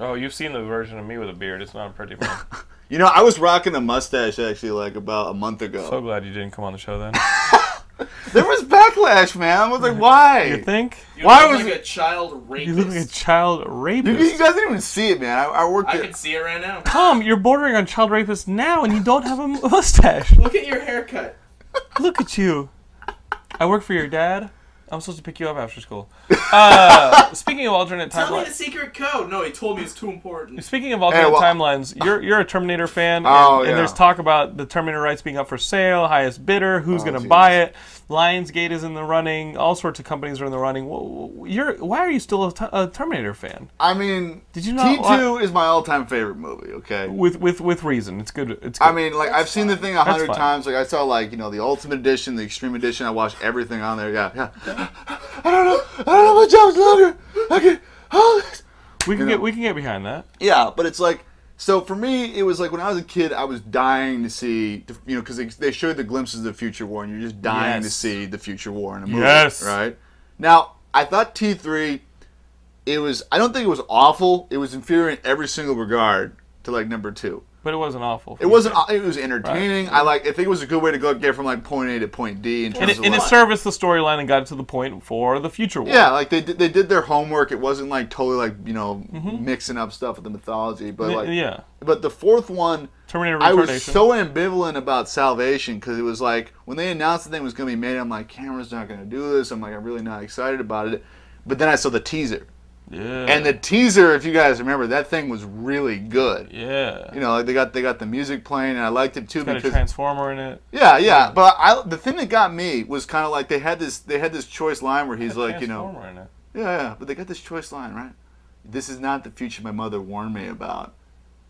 [SPEAKER 1] Oh, you've seen the version of me with a beard. It's not a pretty one.
[SPEAKER 3] You know, I was rocking a mustache actually like about a month ago.
[SPEAKER 1] so glad you didn't come on the show then.
[SPEAKER 3] there was backlash, man. I was like, why?
[SPEAKER 1] You think?
[SPEAKER 2] You
[SPEAKER 3] Why
[SPEAKER 2] look
[SPEAKER 3] was
[SPEAKER 2] like
[SPEAKER 3] it-
[SPEAKER 2] a child
[SPEAKER 1] You look like a
[SPEAKER 2] rapist?
[SPEAKER 1] child
[SPEAKER 3] You,
[SPEAKER 1] rapist.
[SPEAKER 3] you guys didn't even see it, man. I, I worked.
[SPEAKER 2] I
[SPEAKER 3] at-
[SPEAKER 2] can see it right now.
[SPEAKER 1] Tom, you're bordering on child rapist now, and you don't have a mustache.
[SPEAKER 2] Look at your haircut.
[SPEAKER 1] Look at you. I work for your dad. I'm supposed to pick you up after school. Uh, speaking of alternate
[SPEAKER 2] Tell me the
[SPEAKER 1] timelines.
[SPEAKER 2] secret code. No, he told me it's too important.
[SPEAKER 1] Speaking of alternate
[SPEAKER 3] Hey, well-
[SPEAKER 1] timelines, you're you're a Terminator fan, and,
[SPEAKER 3] Oh,
[SPEAKER 1] and
[SPEAKER 3] yeah.
[SPEAKER 1] there's talk about the Terminator rights being up for sale, highest bidder, who's going to
[SPEAKER 3] geez.
[SPEAKER 1] buy it? Lionsgate is in the running, all sorts of companies are in the running. Wh- wh- You're why are you still a, t- a Terminator fan?
[SPEAKER 3] I mean,
[SPEAKER 1] Did you not
[SPEAKER 3] T two is my all time favorite movie. Okay.
[SPEAKER 1] With with with reason, it's good. It's good.
[SPEAKER 3] I mean, like I've seen the thing a hundred
[SPEAKER 1] fine.
[SPEAKER 3] times. Like I saw, like you know, the Ultimate Edition, the Extreme Edition. I watched everything on there. Yeah, yeah. I don't know. I don't know what job's longer. I can. Oh, this.
[SPEAKER 1] we can get we can get behind that.
[SPEAKER 3] Yeah, but it's like so for me, it was like when I was a kid, I was dying to see, you know, because they, they showed the glimpses of the future war, and you're just dying to
[SPEAKER 1] Yes.
[SPEAKER 3] see the future war in a movie,
[SPEAKER 1] Yes.
[SPEAKER 3] right? Now, I thought T three, it was. I don't think it was awful. It was inferior in every single regard to like number two.
[SPEAKER 1] But it wasn't awful.
[SPEAKER 3] It wasn't. aw- It was entertaining. I like. I think it was a good way to go get from like point A to point D in terms
[SPEAKER 1] And it,
[SPEAKER 3] of
[SPEAKER 1] and it
[SPEAKER 3] like-
[SPEAKER 1] serviced the storyline and got it to the point for the future war.
[SPEAKER 3] yeah, like they did, they did their homework. It wasn't like totally like you know mixing up stuff with the mythology, but
[SPEAKER 1] Y-
[SPEAKER 3] like
[SPEAKER 1] Mm-hmm. yeah.
[SPEAKER 3] But the fourth one,
[SPEAKER 1] Terminator
[SPEAKER 3] I was
[SPEAKER 1] Retardation.
[SPEAKER 3] so ambivalent about Salvation because it was like when they announced the thing was going to be made, I'm like, Cameron's not going to do this. I'm like, I'm really not excited about it. But then I saw the teaser,
[SPEAKER 1] Yeah.
[SPEAKER 3] and the teaser, if you guys remember, that thing was really good.
[SPEAKER 1] yeah.
[SPEAKER 3] You know, like they got they got the music playing, and I liked it too
[SPEAKER 1] Got a
[SPEAKER 3] because
[SPEAKER 1] transformer in it.
[SPEAKER 3] yeah, yeah. But I the thing that got me was kind of like they had this they had this choice line where he's like, you know,
[SPEAKER 1] transformer in it.
[SPEAKER 3] yeah, yeah, but they got this choice line, right? This is not the future my mother warned me about,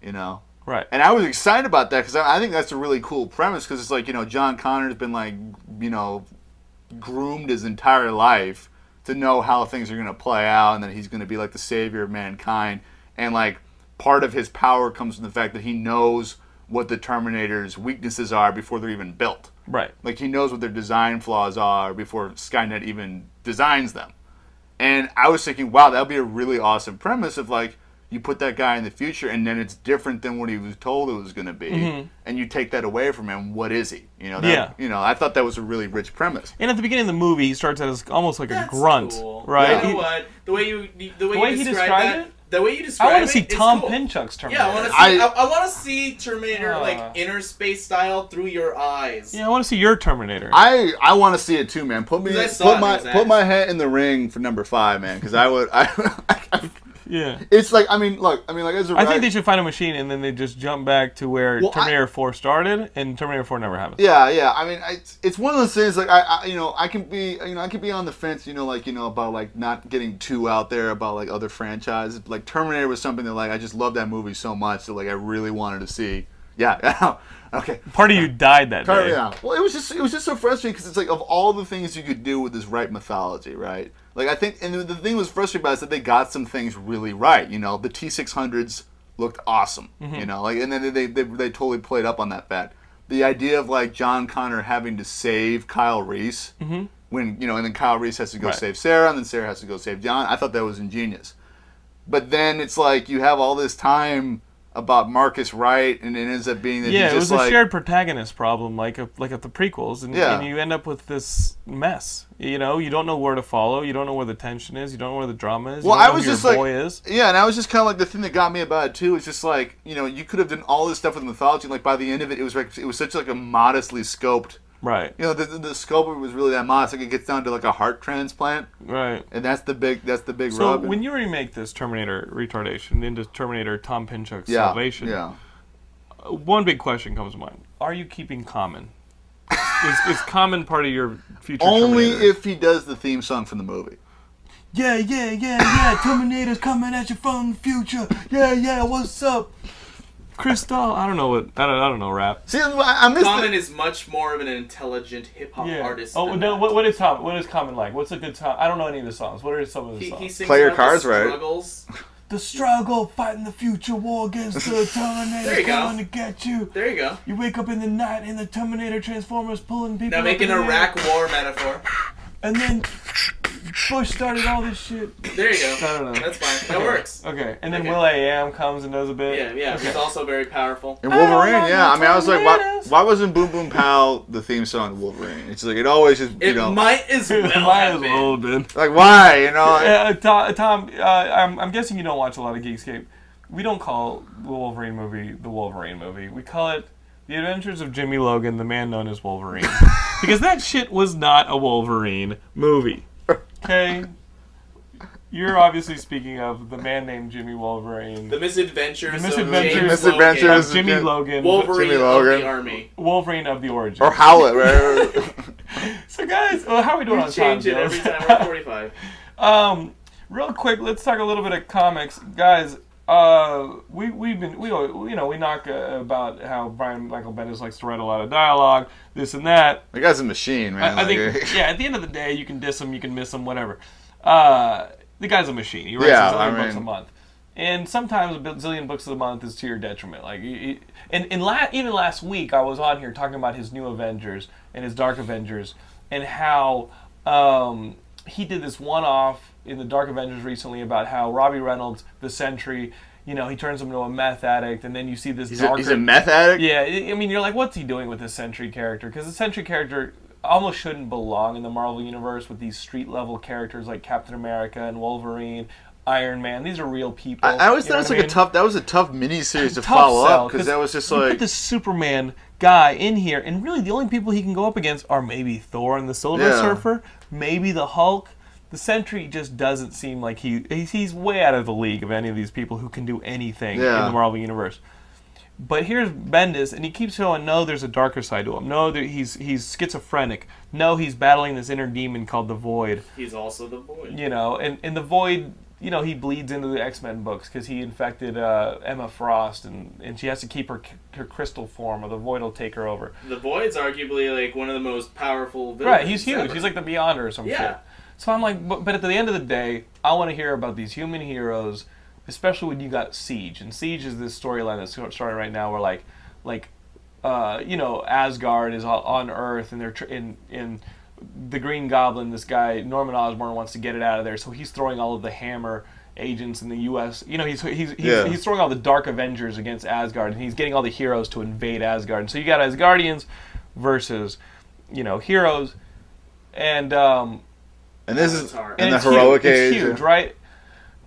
[SPEAKER 3] you know?
[SPEAKER 1] Right.
[SPEAKER 3] And I was excited about that because I, I think that's a really cool premise because it's like, you know, John Connor's been like, you know, groomed his entire life to know how things are going to play out and that he's going to be like the savior of mankind. And like, part of his power comes from the fact that he knows what the Terminator's weaknesses are before they're even built.
[SPEAKER 1] right.
[SPEAKER 3] Like he knows what their design flaws are before Skynet even designs them. And I was thinking, wow, that would be a really awesome premise if like you put that guy in the future and then it's different than what he was told it was going to be and you take that away from him, what is he? You know, that,
[SPEAKER 1] Mm-hmm. Yeah.
[SPEAKER 3] you know, I thought that was a really rich premise.
[SPEAKER 1] And at the beginning of the movie, he starts out as almost like
[SPEAKER 2] That's
[SPEAKER 1] a grunt,
[SPEAKER 2] cool.
[SPEAKER 1] right?
[SPEAKER 2] You
[SPEAKER 1] He-
[SPEAKER 2] know what? The way you the way,
[SPEAKER 1] The way
[SPEAKER 2] you
[SPEAKER 1] he
[SPEAKER 2] describe
[SPEAKER 1] described
[SPEAKER 2] that,
[SPEAKER 1] it?
[SPEAKER 2] The way you describe
[SPEAKER 1] I
[SPEAKER 2] it,
[SPEAKER 1] want to see
[SPEAKER 2] it's
[SPEAKER 1] Tom
[SPEAKER 2] cool.
[SPEAKER 1] Pinchuk's Terminator.
[SPEAKER 2] Yeah, I want to see.
[SPEAKER 3] I-
[SPEAKER 2] I, I want to see Terminator
[SPEAKER 1] Ah.
[SPEAKER 2] like inner space style through your eyes.
[SPEAKER 1] Yeah, I want to see your Terminator.
[SPEAKER 3] I I want to see it too, man. Put me
[SPEAKER 2] 'Cause I saw it
[SPEAKER 3] put
[SPEAKER 2] in
[SPEAKER 3] my
[SPEAKER 2] his
[SPEAKER 3] put
[SPEAKER 2] ass.
[SPEAKER 3] my head in the ring for number 5, man, cuz I would I
[SPEAKER 1] yeah.
[SPEAKER 3] It's like I mean, look, I mean like as a
[SPEAKER 1] I think they should find a machine and then they just jump back to where
[SPEAKER 3] Well, I-
[SPEAKER 1] Terminator 4 started and Terminator 4 never happened.
[SPEAKER 3] Yeah, yeah. I mean, I, it's- it's one of those things. Like I, I, you know, I can be, you know, I can be on the fence. You know, like you know about like not getting too out there about like other franchises. Like Terminator was something that like I just loved that movie so much that like I really wanted to see. Yeah. okay.
[SPEAKER 1] Part of you died that
[SPEAKER 3] Car-
[SPEAKER 1] day.
[SPEAKER 3] yeah. Well, it was just it was just so frustrating because it's like of all the things you could do with this right mythology, right? Like I think, and the- the thing was frustrating about it is that they got some things really right. You know, the T six hundreds looked awesome.
[SPEAKER 1] Mm-hmm.
[SPEAKER 3] You know, like and then they, they they they totally played up on that fact. The idea of like John Connor having to save Kyle Reese when you know, and then Kyle Reese has to
[SPEAKER 1] Mm-hmm.
[SPEAKER 3] go
[SPEAKER 1] Right.
[SPEAKER 3] save Sarah, and then Sarah has to go save John. I thought that was ingenious but then it's like you have all this time about Marcus Wright, and it ends up being that
[SPEAKER 1] Yeah,
[SPEAKER 3] you
[SPEAKER 1] it was
[SPEAKER 3] just
[SPEAKER 1] a
[SPEAKER 3] like
[SPEAKER 1] shared protagonist problem, like a, like at the prequels, and,
[SPEAKER 3] Yeah.
[SPEAKER 1] and you end up with this mess. You know, you don't know where to follow, you don't know where the tension is, you don't know where the drama is.
[SPEAKER 3] Well,
[SPEAKER 1] you don't
[SPEAKER 3] I
[SPEAKER 1] know
[SPEAKER 3] was
[SPEAKER 1] who
[SPEAKER 3] just
[SPEAKER 1] your
[SPEAKER 3] like,
[SPEAKER 1] boy is.
[SPEAKER 3] yeah, and I was just kind of like the thing that got me about it too is just like you know you could have done all this stuff with mythology, and like by the end of it, it was like it was such like a modestly scoped.
[SPEAKER 1] right,
[SPEAKER 3] You know, the, the, the scope of it was really that modest. Like it gets down to like a heart transplant,
[SPEAKER 1] right.
[SPEAKER 3] and that's the big that's the big
[SPEAKER 1] So
[SPEAKER 3] rub.
[SPEAKER 1] when you remake this Terminator retardation into Terminator Tom Pinchuk's
[SPEAKER 3] yeah,
[SPEAKER 1] salvation,
[SPEAKER 3] yeah.
[SPEAKER 1] one big question comes to mind: Are you keeping Common? is, is Common part of your future?
[SPEAKER 3] Only
[SPEAKER 1] Terminator?
[SPEAKER 3] if he does the theme song from the movie.
[SPEAKER 1] yeah, yeah, yeah, yeah. Terminator's coming at you from the future. Yeah, yeah. What's up? Crystal. I don't know what. I don't, I don't know rap.
[SPEAKER 3] See, I, I missed
[SPEAKER 2] Common
[SPEAKER 3] it.
[SPEAKER 2] is much more of an intelligent hip hop
[SPEAKER 1] Yeah.
[SPEAKER 2] artist.
[SPEAKER 1] oh
[SPEAKER 2] than
[SPEAKER 1] no.
[SPEAKER 2] that.
[SPEAKER 1] What, what is Tom? What is Common like? What's a good time? I don't know any of the songs. What are some of the
[SPEAKER 2] He,
[SPEAKER 1] songs?
[SPEAKER 2] he sings
[SPEAKER 3] Play your
[SPEAKER 2] about the
[SPEAKER 3] cards right.
[SPEAKER 2] Struggles.
[SPEAKER 1] the struggle, fighting the future war against the
[SPEAKER 2] There
[SPEAKER 1] Terminator
[SPEAKER 2] you go.
[SPEAKER 1] coming to get you.
[SPEAKER 2] There you go.
[SPEAKER 1] You wake up in the night and the Terminator Transformers pulling people.
[SPEAKER 2] Now
[SPEAKER 1] up
[SPEAKER 2] make
[SPEAKER 1] in
[SPEAKER 2] an
[SPEAKER 1] the air.
[SPEAKER 2] Iraq War metaphor.
[SPEAKER 1] And then Bush started all this shit.
[SPEAKER 2] There you go.
[SPEAKER 1] I don't know.
[SPEAKER 2] That's fine. That works.
[SPEAKER 1] Okay. And then
[SPEAKER 2] Okay.
[SPEAKER 1] Will I Am comes and does a bit.
[SPEAKER 2] Yeah, yeah. It's also very powerful.
[SPEAKER 3] And
[SPEAKER 1] don't
[SPEAKER 3] Wolverine,
[SPEAKER 1] want
[SPEAKER 3] yeah.
[SPEAKER 1] no
[SPEAKER 3] I mean, I was like, why,
[SPEAKER 1] tornadoes.
[SPEAKER 3] why wasn't Boom Boom Pow the theme song to Wolverine? It's like, it always just, you
[SPEAKER 2] It
[SPEAKER 3] know,
[SPEAKER 2] might as well
[SPEAKER 1] Might
[SPEAKER 2] have
[SPEAKER 1] as
[SPEAKER 2] been.
[SPEAKER 1] well have been.
[SPEAKER 3] like, why? You know? like-
[SPEAKER 1] Uh, Tom, Tom uh, I'm, I'm guessing you don't watch a lot of Geekscape. We don't call the Wolverine movie the Wolverine movie. We call it The Adventures of Jimmy Logan, the man known as Wolverine. because that shit was not a Wolverine movie. Okay? You're obviously speaking of the man named Jimmy Wolverine.
[SPEAKER 2] The Misadventures.
[SPEAKER 1] The
[SPEAKER 2] Of James
[SPEAKER 1] Misadventures-
[SPEAKER 3] Misadventures
[SPEAKER 2] Logan.
[SPEAKER 3] of
[SPEAKER 1] Jimmy
[SPEAKER 3] Jim-
[SPEAKER 1] Logan.
[SPEAKER 2] Wolverine
[SPEAKER 3] Jimmy
[SPEAKER 2] of
[SPEAKER 3] Logan.
[SPEAKER 2] the Army.
[SPEAKER 1] Wolverine of the origin.
[SPEAKER 3] or Howlett, right?
[SPEAKER 1] So guys, well, how are we doing on time,
[SPEAKER 2] Change it every
[SPEAKER 1] Jules?
[SPEAKER 2] time we're 45.
[SPEAKER 1] Um, real quick, let's talk a little bit of comics, guys. Uh, we we've been we al- you know we knock uh, about how Brian Michael Bendis likes to write a lot of dialogue, this and that.
[SPEAKER 3] the guy's a machine, man.
[SPEAKER 1] I, I
[SPEAKER 3] Like,
[SPEAKER 1] think yeah. At the end of the day, you can diss him, you can miss him, whatever. Uh, the guy's a machine. He writes
[SPEAKER 3] Yeah,
[SPEAKER 1] a zillion
[SPEAKER 3] I
[SPEAKER 1] books a
[SPEAKER 3] mean-
[SPEAKER 1] month, and sometimes a bazillion books a month is to your detriment. Like, you- you- and and la- even last week, I was on here talking about his new Avengers and his Dark Avengers, and how um, he did this one-off in the Dark Avengers recently about how Robbie Reynolds, the Sentry. You know, he turns him into a meth addict, and then you see this
[SPEAKER 3] he's, a,
[SPEAKER 1] darker.
[SPEAKER 3] he's a meth addict?
[SPEAKER 1] Yeah, I I mean, you're like, what's he doing with this Sentry character? Because the Sentry character almost shouldn't belong in the Marvel universe with these street level characters like Captain America and Wolverine, Iron Man. These are real people.
[SPEAKER 3] I, I always
[SPEAKER 1] you know
[SPEAKER 3] thought it was
[SPEAKER 1] what I
[SPEAKER 3] like a
[SPEAKER 1] mean?
[SPEAKER 3] tough. That was a tough miniseries to
[SPEAKER 1] Tough
[SPEAKER 3] follow
[SPEAKER 1] sell,
[SPEAKER 3] up because that was just
[SPEAKER 1] you
[SPEAKER 3] like
[SPEAKER 1] put this Superman guy in here, and really the only people he can go up against are maybe Thor and the Silver
[SPEAKER 3] Yeah.
[SPEAKER 1] Surfer, maybe the Hulk. The Sentry just doesn't seem like he he's, he's way out of the league of any of these people who can do anything in
[SPEAKER 3] Yeah.
[SPEAKER 1] the Marvel universe. But here's Bendis, and he keeps showing no, there's a darker side to him. No, that he's he's schizophrenic. No, he's battling this inner demon called the Void
[SPEAKER 2] He's also the void.
[SPEAKER 1] you know, and, and the Void, you know, he bleeds into the X Men books because he infected uh, Emma Frost, and, and she has to keep her her crystal form, or the Void will take her over.
[SPEAKER 2] The void's arguably like one of the most powerful. Villains
[SPEAKER 1] Right, he's huge.
[SPEAKER 2] ever.
[SPEAKER 1] He's like the Beyonder or some
[SPEAKER 2] Yeah.
[SPEAKER 1] shit. So I'm like, but, but at the end of the day, I want to hear about these human heroes, especially when you got Siege. And Siege is this storyline that's sort- starting right now, where like, like, uh, you know, Asgard is on- on Earth, and they're tr- in in the Green Goblin. This guy Norman Osborn wants to get it out of there, so he's throwing all of the Hammer agents in the U.S. You know, he's he's he's,
[SPEAKER 3] Yeah.
[SPEAKER 1] he's throwing all the Dark Avengers against Asgard, and he's getting all the heroes to invade Asgard. And so you got Asgardians versus, you know, heroes and um,
[SPEAKER 3] and this is
[SPEAKER 2] Avatar.
[SPEAKER 3] in
[SPEAKER 1] and
[SPEAKER 3] the
[SPEAKER 1] it's
[SPEAKER 3] heroic
[SPEAKER 1] huge.
[SPEAKER 3] age.
[SPEAKER 1] It's huge, right?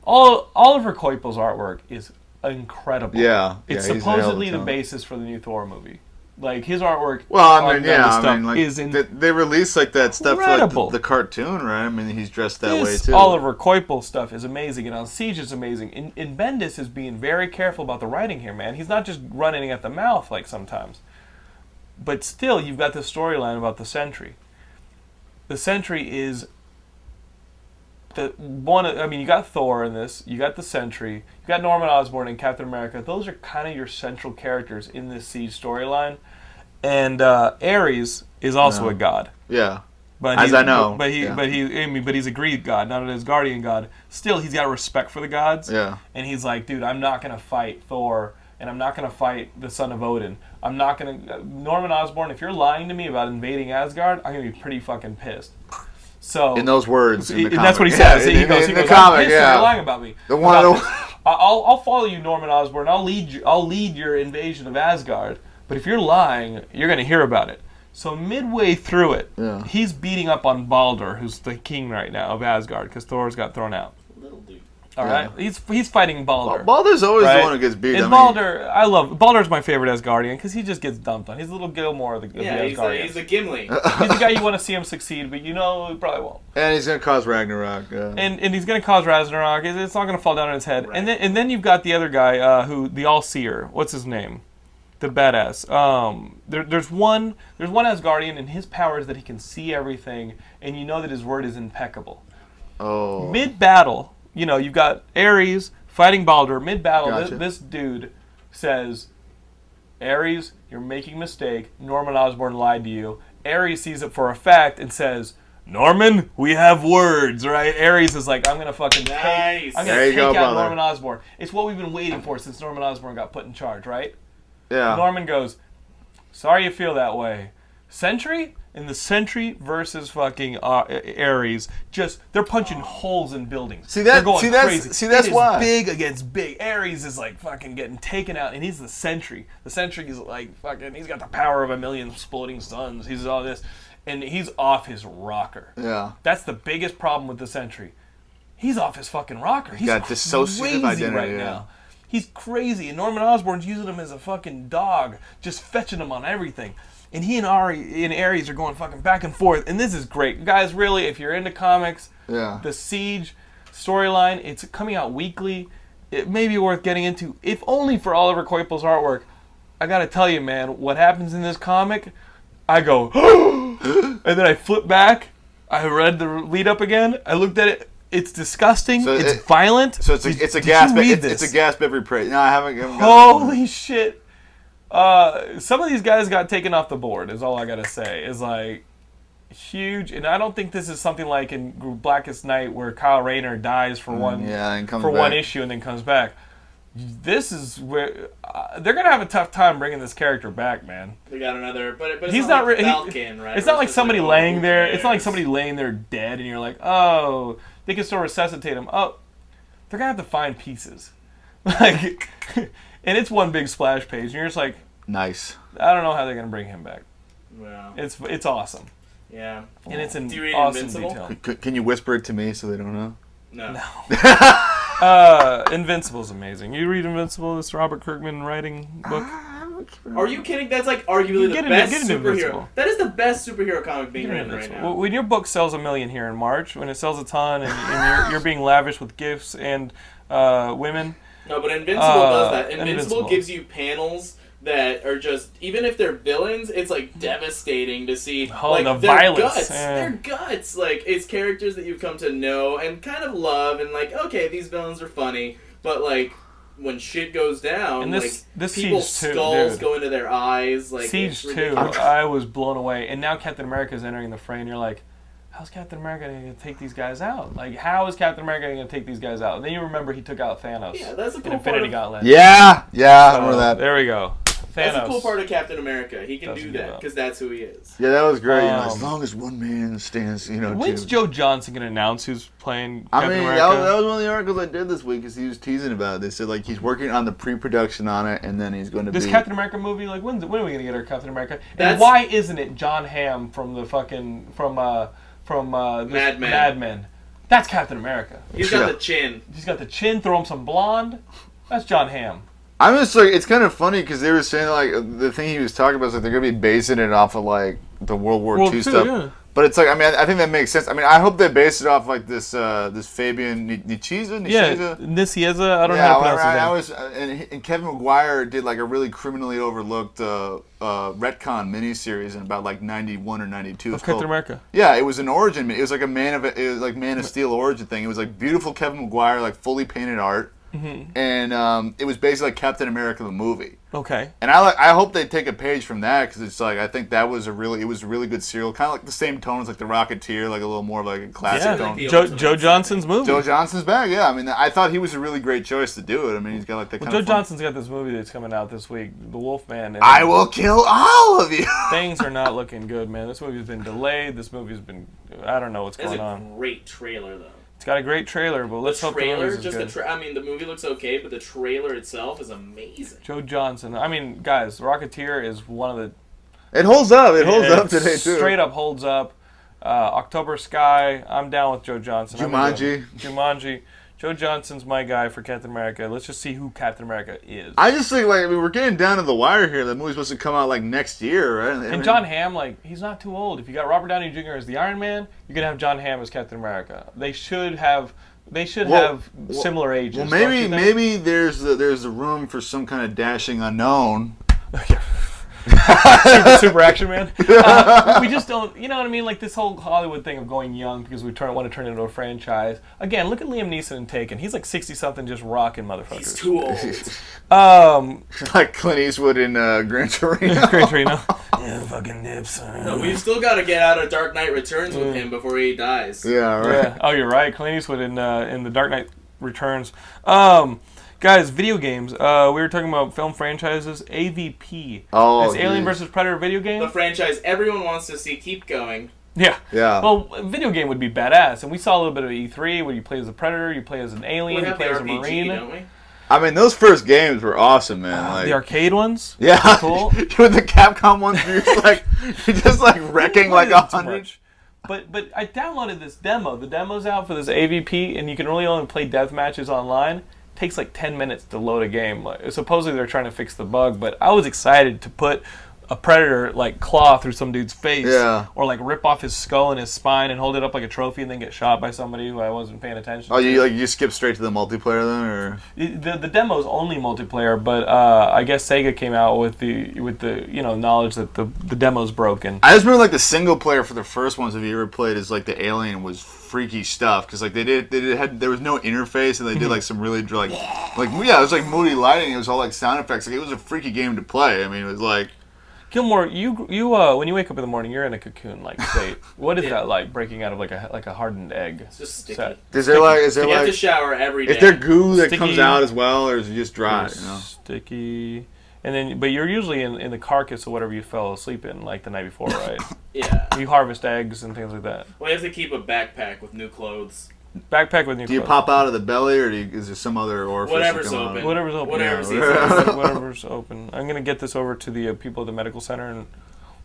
[SPEAKER 1] All Oliver Koipel's artwork is incredible.
[SPEAKER 3] Yeah,
[SPEAKER 1] it's
[SPEAKER 3] yeah, he's a hell of a
[SPEAKER 1] supposedly the
[SPEAKER 3] talent.
[SPEAKER 1] basis for the new Thor movie. Like his artwork.
[SPEAKER 3] Well, I
[SPEAKER 1] on
[SPEAKER 3] mean,
[SPEAKER 1] the
[SPEAKER 3] yeah,
[SPEAKER 1] stuff
[SPEAKER 3] I mean, like
[SPEAKER 1] is in
[SPEAKER 3] they, they released like that stuff for like
[SPEAKER 1] Incredible.
[SPEAKER 3] the, the cartoon, right? I mean, he's dressed that way
[SPEAKER 1] this
[SPEAKER 3] too.
[SPEAKER 1] Oliver Koipel stuff is amazing, and on Siege is amazing. And, and Bendis is being very careful about the writing here, man. He's not just running at the mouth like sometimes. But still, you've got the storyline about the Sentry. The Sentry is the one. I mean, you got Thor in this. You got the Sentry. You got Norman Osborn and Captain America. Those are kind of your central characters in this Siege storyline. And uh, Ares is also a god.
[SPEAKER 3] Yeah,
[SPEAKER 1] But
[SPEAKER 3] As
[SPEAKER 1] he's-
[SPEAKER 3] I know,
[SPEAKER 1] but he,
[SPEAKER 3] yeah.
[SPEAKER 1] but he, I mean, but he's a greed god, not his guardian god. Still, he's got respect for the gods.
[SPEAKER 3] Yeah.
[SPEAKER 1] And he's like, dude, I'm not gonna fight Thor, and I'm not gonna fight the son of Odin. I'm not gonna uh, Norman Osborn. If you're lying to me about invading Asgard, I'm gonna be pretty fucking pissed. So
[SPEAKER 3] in those words, in the
[SPEAKER 1] and that's what he
[SPEAKER 3] comic. Yeah,
[SPEAKER 1] says.
[SPEAKER 3] in-
[SPEAKER 1] he
[SPEAKER 3] in-
[SPEAKER 1] goes,
[SPEAKER 3] in
[SPEAKER 1] he
[SPEAKER 3] the
[SPEAKER 1] goes, I'm
[SPEAKER 3] comic,
[SPEAKER 1] pissed that
[SPEAKER 3] yeah.
[SPEAKER 1] you're lying about me.
[SPEAKER 3] The one-
[SPEAKER 1] About this. I- I'll, I'll follow you, Norman Osborn. I'll lead you. I'll lead your invasion of Asgard. But if you're lying, you're going to hear about it. So midway through it,
[SPEAKER 3] Yeah.
[SPEAKER 1] he's beating up on Baldur, who's the king right now of Asgard, because Thor's got thrown out.
[SPEAKER 2] little dude.
[SPEAKER 1] All right, he's he's fighting Baldur.
[SPEAKER 3] Baldur's always
[SPEAKER 1] right?
[SPEAKER 3] the one who gets beat.
[SPEAKER 1] And
[SPEAKER 3] I mean,
[SPEAKER 1] Baldur, I love Baldur's my favorite Asgardian because he just gets dumped on. He's a little Gilmore of the, of
[SPEAKER 2] Yeah,
[SPEAKER 1] the
[SPEAKER 2] he's a,
[SPEAKER 1] Asgardians.
[SPEAKER 2] he's a Gimli.
[SPEAKER 1] he's the guy you want to see him succeed, but you know he probably won't
[SPEAKER 3] and he's gonna cause Ragnarok. uh, Yeah.
[SPEAKER 1] and and he's gonna cause Ragnarok. It's- It's not gonna fall down on his head. And then and then you've got the other guy uh, who the All Seer. What's his name? The badass. Um, there, there's one. There's one Asgardian, and his power is that he can see everything, and you know that his word is impeccable.
[SPEAKER 3] oh,
[SPEAKER 1] Mid battle, you know, you've got Ares fighting Baldur. Mid battle,
[SPEAKER 3] Gotcha.
[SPEAKER 1] this, dude says, Aries, you're making a mistake. Norman Osborn lied to you. Aries sees it for a fact and says, Norman, we have words, right? Aries is like, I'm gonna fucking take,
[SPEAKER 2] Nice.
[SPEAKER 1] I'm gonna
[SPEAKER 3] There you
[SPEAKER 1] take
[SPEAKER 3] go,
[SPEAKER 1] out
[SPEAKER 3] brother.
[SPEAKER 1] Norman Osborn. It's what we've been waiting for since Norman Osborn got put in charge, right?
[SPEAKER 3] Yeah.
[SPEAKER 1] Norman goes, "Sorry you feel that way." Sentry and the Sentry versus fucking uh, Aries, just they're punching holes in buildings.
[SPEAKER 3] See that-
[SPEAKER 1] They're going
[SPEAKER 3] see that's-
[SPEAKER 1] crazy.
[SPEAKER 3] see that's
[SPEAKER 1] It is
[SPEAKER 3] why.
[SPEAKER 1] big against big. Aries is like fucking getting taken out, and he's the Sentry. The Sentry is like fucking. He's got the power of a million exploding suns. He's all this, and he's off his rocker.
[SPEAKER 3] Yeah.
[SPEAKER 1] That's the biggest problem with the Sentry. He's off his fucking rocker. He's
[SPEAKER 3] got dissociative
[SPEAKER 1] crazy
[SPEAKER 3] identity,
[SPEAKER 1] right
[SPEAKER 3] yeah.
[SPEAKER 1] now. He's crazy, and Norman Osborn's using him as a fucking dog, just fetching him on everything. And he and Ari and Aries are going fucking back and forth, and this is great, guys. Really, if you're into comics,
[SPEAKER 3] Yeah.
[SPEAKER 1] the Siege storyline, it's coming out weekly. It may be worth getting into, if only for Oliver Koipel's artwork. I gotta tell you, man, what happens in this comic, I go, and then I flip back. I read the lead up again. I looked at it. It's disgusting.
[SPEAKER 3] So
[SPEAKER 1] it's
[SPEAKER 3] it-
[SPEAKER 1] violent.
[SPEAKER 3] So it's a,
[SPEAKER 1] Did-
[SPEAKER 3] it's a
[SPEAKER 1] did
[SPEAKER 3] gasp.
[SPEAKER 1] you read
[SPEAKER 3] It's, it's
[SPEAKER 1] this?
[SPEAKER 3] a gasp every praise. No, I haven't. I haven't gotten-
[SPEAKER 1] Holy shit! Uh, some of these guys got taken off the board. Is all I gotta say. Is like huge, and I don't think this is something like in Blackest Night where Kyle Rayner dies for one
[SPEAKER 3] Mm, yeah, and comes
[SPEAKER 1] for one
[SPEAKER 3] back.
[SPEAKER 1] issue and then comes back. This is where uh, they're gonna have a tough time bringing this character back, man.
[SPEAKER 2] They got another, but, but it's
[SPEAKER 1] He's
[SPEAKER 2] not,
[SPEAKER 1] not.
[SPEAKER 2] like
[SPEAKER 1] re- he-
[SPEAKER 2] Falcon, right?
[SPEAKER 1] It's not
[SPEAKER 2] Where
[SPEAKER 1] like
[SPEAKER 2] just
[SPEAKER 1] somebody
[SPEAKER 2] oh,
[SPEAKER 1] laying
[SPEAKER 2] who
[SPEAKER 1] there. It's not like
[SPEAKER 2] cares?
[SPEAKER 1] somebody laying there dead, and you're like, oh, they can still resuscitate him. Oh, they're gonna have to find pieces, like, and it's one big splash page, and you're just like,
[SPEAKER 3] Nice.
[SPEAKER 1] I don't know how they're gonna bring him back.
[SPEAKER 2] Well,
[SPEAKER 1] It's it's awesome,
[SPEAKER 2] yeah.
[SPEAKER 1] and it's in
[SPEAKER 2] Do you read
[SPEAKER 1] awesome
[SPEAKER 2] Invincible?
[SPEAKER 1] detail.
[SPEAKER 3] C- can you whisper it to me so they don't know?
[SPEAKER 2] No.
[SPEAKER 1] Uh, Invincible's amazing. You read Invincible, this Robert Kirkman writing book.
[SPEAKER 2] Are you kidding? That's like arguably
[SPEAKER 1] Get
[SPEAKER 2] the
[SPEAKER 1] an-
[SPEAKER 2] best
[SPEAKER 1] get an
[SPEAKER 2] superhero.
[SPEAKER 1] Invincible.
[SPEAKER 2] That is the best superhero comic being written right
[SPEAKER 1] Well,
[SPEAKER 2] now.
[SPEAKER 1] when your book sells a million here in March, when it sells a ton, and, and you're, you're being lavish with gifts and uh, women.
[SPEAKER 2] No, but Invincible
[SPEAKER 1] Uh,
[SPEAKER 2] does that. Invincible,
[SPEAKER 1] Invincible.
[SPEAKER 2] gives you panels that are just even if they're villains, it's like devastating to see
[SPEAKER 1] Oh,
[SPEAKER 2] like
[SPEAKER 1] the
[SPEAKER 2] their
[SPEAKER 1] violence,
[SPEAKER 2] guts.
[SPEAKER 1] yeah.
[SPEAKER 2] Their guts. Like it's characters that you've come to know and kind of love and like, okay, these villains are funny, but like when shit goes down,
[SPEAKER 1] And this-
[SPEAKER 2] like
[SPEAKER 1] this
[SPEAKER 2] people's
[SPEAKER 1] Siege too,
[SPEAKER 2] skulls
[SPEAKER 1] dude.
[SPEAKER 2] go into their eyes, like
[SPEAKER 1] Siege
[SPEAKER 2] it's
[SPEAKER 1] 2,
[SPEAKER 2] ridiculous.
[SPEAKER 1] I was blown away. And now Captain America is entering the fray, and you're like, how's Captain America going to take these guys out? Like, how is Captain America going to take these guys out? And then you remember he took out Thanos.
[SPEAKER 2] Yeah, that's the
[SPEAKER 1] in
[SPEAKER 2] cool
[SPEAKER 1] Infinity
[SPEAKER 2] part of-
[SPEAKER 1] Gauntlet.
[SPEAKER 3] Yeah, yeah, I remember that.
[SPEAKER 1] Oh. There we go. Thanos.
[SPEAKER 2] That's the cool part of Captain America. He can
[SPEAKER 1] Doesn't
[SPEAKER 2] do
[SPEAKER 1] give
[SPEAKER 2] that
[SPEAKER 1] up.
[SPEAKER 2] because that's who he is.
[SPEAKER 3] Yeah, that was great. you know, as
[SPEAKER 1] Um,
[SPEAKER 3] long as one man stands, you know.
[SPEAKER 1] When's
[SPEAKER 3] two.
[SPEAKER 1] Joe Johnson going to announce who's playing
[SPEAKER 3] I
[SPEAKER 1] Captain
[SPEAKER 3] mean,
[SPEAKER 1] America?
[SPEAKER 3] that was, that was one of the articles I did this week because he was teasing about it. They said like he's working on the pre-production on it, and then he's going to
[SPEAKER 1] this
[SPEAKER 3] be.
[SPEAKER 1] Captain America movie, like, when's, when are we going to get our Captain America? And
[SPEAKER 2] That's-
[SPEAKER 1] why isn't it John Hamm from the fucking, from, uh, from, uh, this-
[SPEAKER 2] Mad Men.
[SPEAKER 1] Mad Men. That's Captain America.
[SPEAKER 2] He's
[SPEAKER 3] Yeah.
[SPEAKER 2] got the chin.
[SPEAKER 1] He's got the chin, throw him some blonde. That's John Hamm.
[SPEAKER 3] I'm just like it's kind of funny because they were saying like the thing he was talking about is like they're going to be basing it off of like the World War
[SPEAKER 1] World
[SPEAKER 3] II
[SPEAKER 1] Two,
[SPEAKER 3] stuff.
[SPEAKER 1] yeah.
[SPEAKER 3] But it's like I mean I, I think that makes sense. I mean I hope they base it off like this uh this Fabian Ni- Nichiza.
[SPEAKER 1] Yeah,
[SPEAKER 3] Nichiza?
[SPEAKER 1] Nicieza. I don't know
[SPEAKER 3] Yeah,
[SPEAKER 1] how to
[SPEAKER 3] well,
[SPEAKER 1] pronounce his
[SPEAKER 3] I, I
[SPEAKER 1] name.
[SPEAKER 3] was, uh, and, and Kevin McGuire did like a really criminally overlooked uh, uh, retcon miniseries in about like '91 or '92. It's
[SPEAKER 1] Captain
[SPEAKER 3] called-
[SPEAKER 1] America.
[SPEAKER 3] Yeah, it was an origin. It was like a man of it was like Man of Steel origin thing. It was like beautiful Kevin McGuire, like fully painted art,
[SPEAKER 1] Mm-hmm.
[SPEAKER 3] and um, it was basically like Captain America the movie.
[SPEAKER 1] Okay.
[SPEAKER 3] And I like, I hope they take a page from that because it's like I think that was a really it was a really good serial, kind of like the same tone as like the Rocketeer, like a little more like a classic
[SPEAKER 1] Yeah,
[SPEAKER 3] tone.
[SPEAKER 2] the
[SPEAKER 1] Joe,
[SPEAKER 2] ultimate
[SPEAKER 1] Joe Johnson's movie.
[SPEAKER 3] Joe
[SPEAKER 1] Joe,
[SPEAKER 3] Johnson's back, yeah. I mean, I thought he was a really great choice to do it. I mean, he's got like that kind of fun-
[SPEAKER 1] Johnson's got this movie that's coming out this week, The Wolfman. And
[SPEAKER 3] I will kill all of you.
[SPEAKER 1] Things are not looking good, man. This movie's been delayed. This movie's been. I don't know what's
[SPEAKER 2] That's
[SPEAKER 1] going
[SPEAKER 2] a
[SPEAKER 1] on.
[SPEAKER 2] great trailer, though.
[SPEAKER 1] It's got a great trailer, but let's hope the
[SPEAKER 2] trailer,
[SPEAKER 1] movie's as
[SPEAKER 2] just
[SPEAKER 1] good.
[SPEAKER 2] the tra- I mean, the movie looks okay, but the trailer itself is amazing.
[SPEAKER 1] Joe Johnson. I mean, guys, Rocketeer is one of the
[SPEAKER 3] It holds up. It holds
[SPEAKER 1] it
[SPEAKER 3] up today too.
[SPEAKER 1] Straight up holds up. Uh, October Sky. I'm down with Joe Johnson. I'm gonna do it. Jumanji. Joe Johnson's my guy for Captain America. Let's just see who Captain America is.
[SPEAKER 3] I just think like I mean, we're getting down to the wire here. That movie's supposed to come out like next year, right? I mean,
[SPEAKER 1] And John Hamm, like, he's not too old. If you got Robert Downey Jr. as the Iron Man, you're gonna have John Hamm as Captain America. They should have. They should
[SPEAKER 3] Well,
[SPEAKER 1] have
[SPEAKER 3] well-
[SPEAKER 1] similar ages.
[SPEAKER 3] Well,
[SPEAKER 1] don't
[SPEAKER 3] maybe
[SPEAKER 1] you think?
[SPEAKER 3] maybe there's the, there's the room for some kind of dashing unknown.
[SPEAKER 1] super, super action man. Uh, we just don't, you know what I mean? Like this whole Hollywood thing of going young because we turn, want to turn it into a franchise. Again, look at Liam Neeson in Taken. He's like sixty something, just rocking motherfuckers.
[SPEAKER 2] He's too old.
[SPEAKER 1] um,
[SPEAKER 3] like Clint Eastwood in uh, Gran Torino.
[SPEAKER 1] Gran Torino. yeah, fucking nips.
[SPEAKER 2] No, We've still got to get out of Dark Knight Returns with him before he dies.
[SPEAKER 3] yeah, right.
[SPEAKER 1] Yeah. Oh, you're right. Clint Eastwood in uh, in The Dark Knight Returns. Um, guys, video games. Uh, we were talking about film franchises. AVP.
[SPEAKER 3] Oh,
[SPEAKER 1] it's Alien
[SPEAKER 3] geez.
[SPEAKER 1] versus Predator video game.
[SPEAKER 2] The franchise everyone wants to see keep going.
[SPEAKER 1] yeah.
[SPEAKER 3] Yeah.
[SPEAKER 1] Well, a video game would be badass, and we saw a little bit of E3 where you play as a predator, you play as an
[SPEAKER 2] We
[SPEAKER 1] alien, you
[SPEAKER 2] have the
[SPEAKER 1] play as a
[SPEAKER 2] RPG,
[SPEAKER 1] marine.
[SPEAKER 2] don't we?
[SPEAKER 3] I mean, those first games were awesome, man. like,
[SPEAKER 1] Ah, The arcade ones.
[SPEAKER 3] yeah,
[SPEAKER 1] cool.
[SPEAKER 3] with the Capcom ones, you're just like, you're just like wrecking like a
[SPEAKER 1] Wasn't too
[SPEAKER 3] hundred.
[SPEAKER 1] much. But but I downloaded this demo. The demo's out for this AVP, and you can really only play death matches online. takes like ten minutes to load a game. Like, supposedly they're trying to fix the bug, but I was excited to put a predator like claw through some dude's face,
[SPEAKER 3] Yeah.
[SPEAKER 1] or like rip off his skull and his spine and hold it up like a trophy, and then get shot by somebody who I wasn't paying attention.
[SPEAKER 3] Oh,
[SPEAKER 1] to.
[SPEAKER 3] you like you skip straight to the multiplayer then, or
[SPEAKER 1] the the demo's only multiplayer, but uh, I guess Sega came out with the with the you know knowledge that the the demo's broken.
[SPEAKER 3] I just remember like the single player for the first ones. Have you ever played? Is like the Alien was freaky stuff because like they did they did, had there was no interface and they did like some really like like yeah it was like moody lighting. It was all like sound effects. Like it was a freaky game to play. I mean, it was like
[SPEAKER 1] Gilmore, you you uh, when you wake up in the morning, you're in a cocoon like state. What is that like? Breaking out of like a like a hardened egg. It's
[SPEAKER 2] just sticky.
[SPEAKER 3] is there like is there
[SPEAKER 2] You have to
[SPEAKER 3] like
[SPEAKER 2] shower every day.
[SPEAKER 3] is there goo that comes
[SPEAKER 1] Sticky.
[SPEAKER 3] out as well or is it just dry? You know?
[SPEAKER 1] Sticky. And then, but you're usually in, in the carcass of whatever you fell asleep in, like the night before, right?
[SPEAKER 2] yeah.
[SPEAKER 1] you harvest eggs and things like that.
[SPEAKER 2] We have to keep a backpack with new clothes.
[SPEAKER 1] Backpack with new
[SPEAKER 3] Do you
[SPEAKER 1] clothes.
[SPEAKER 3] pop out of the belly or do you, is there some other orifice? that
[SPEAKER 2] Whatever's
[SPEAKER 3] come out?
[SPEAKER 2] open.
[SPEAKER 1] Whatever's open.
[SPEAKER 2] Whatever's
[SPEAKER 3] Yeah.
[SPEAKER 2] easy.
[SPEAKER 1] Like, whatever's open. I'm gonna get this over to the uh, people at the medical center, and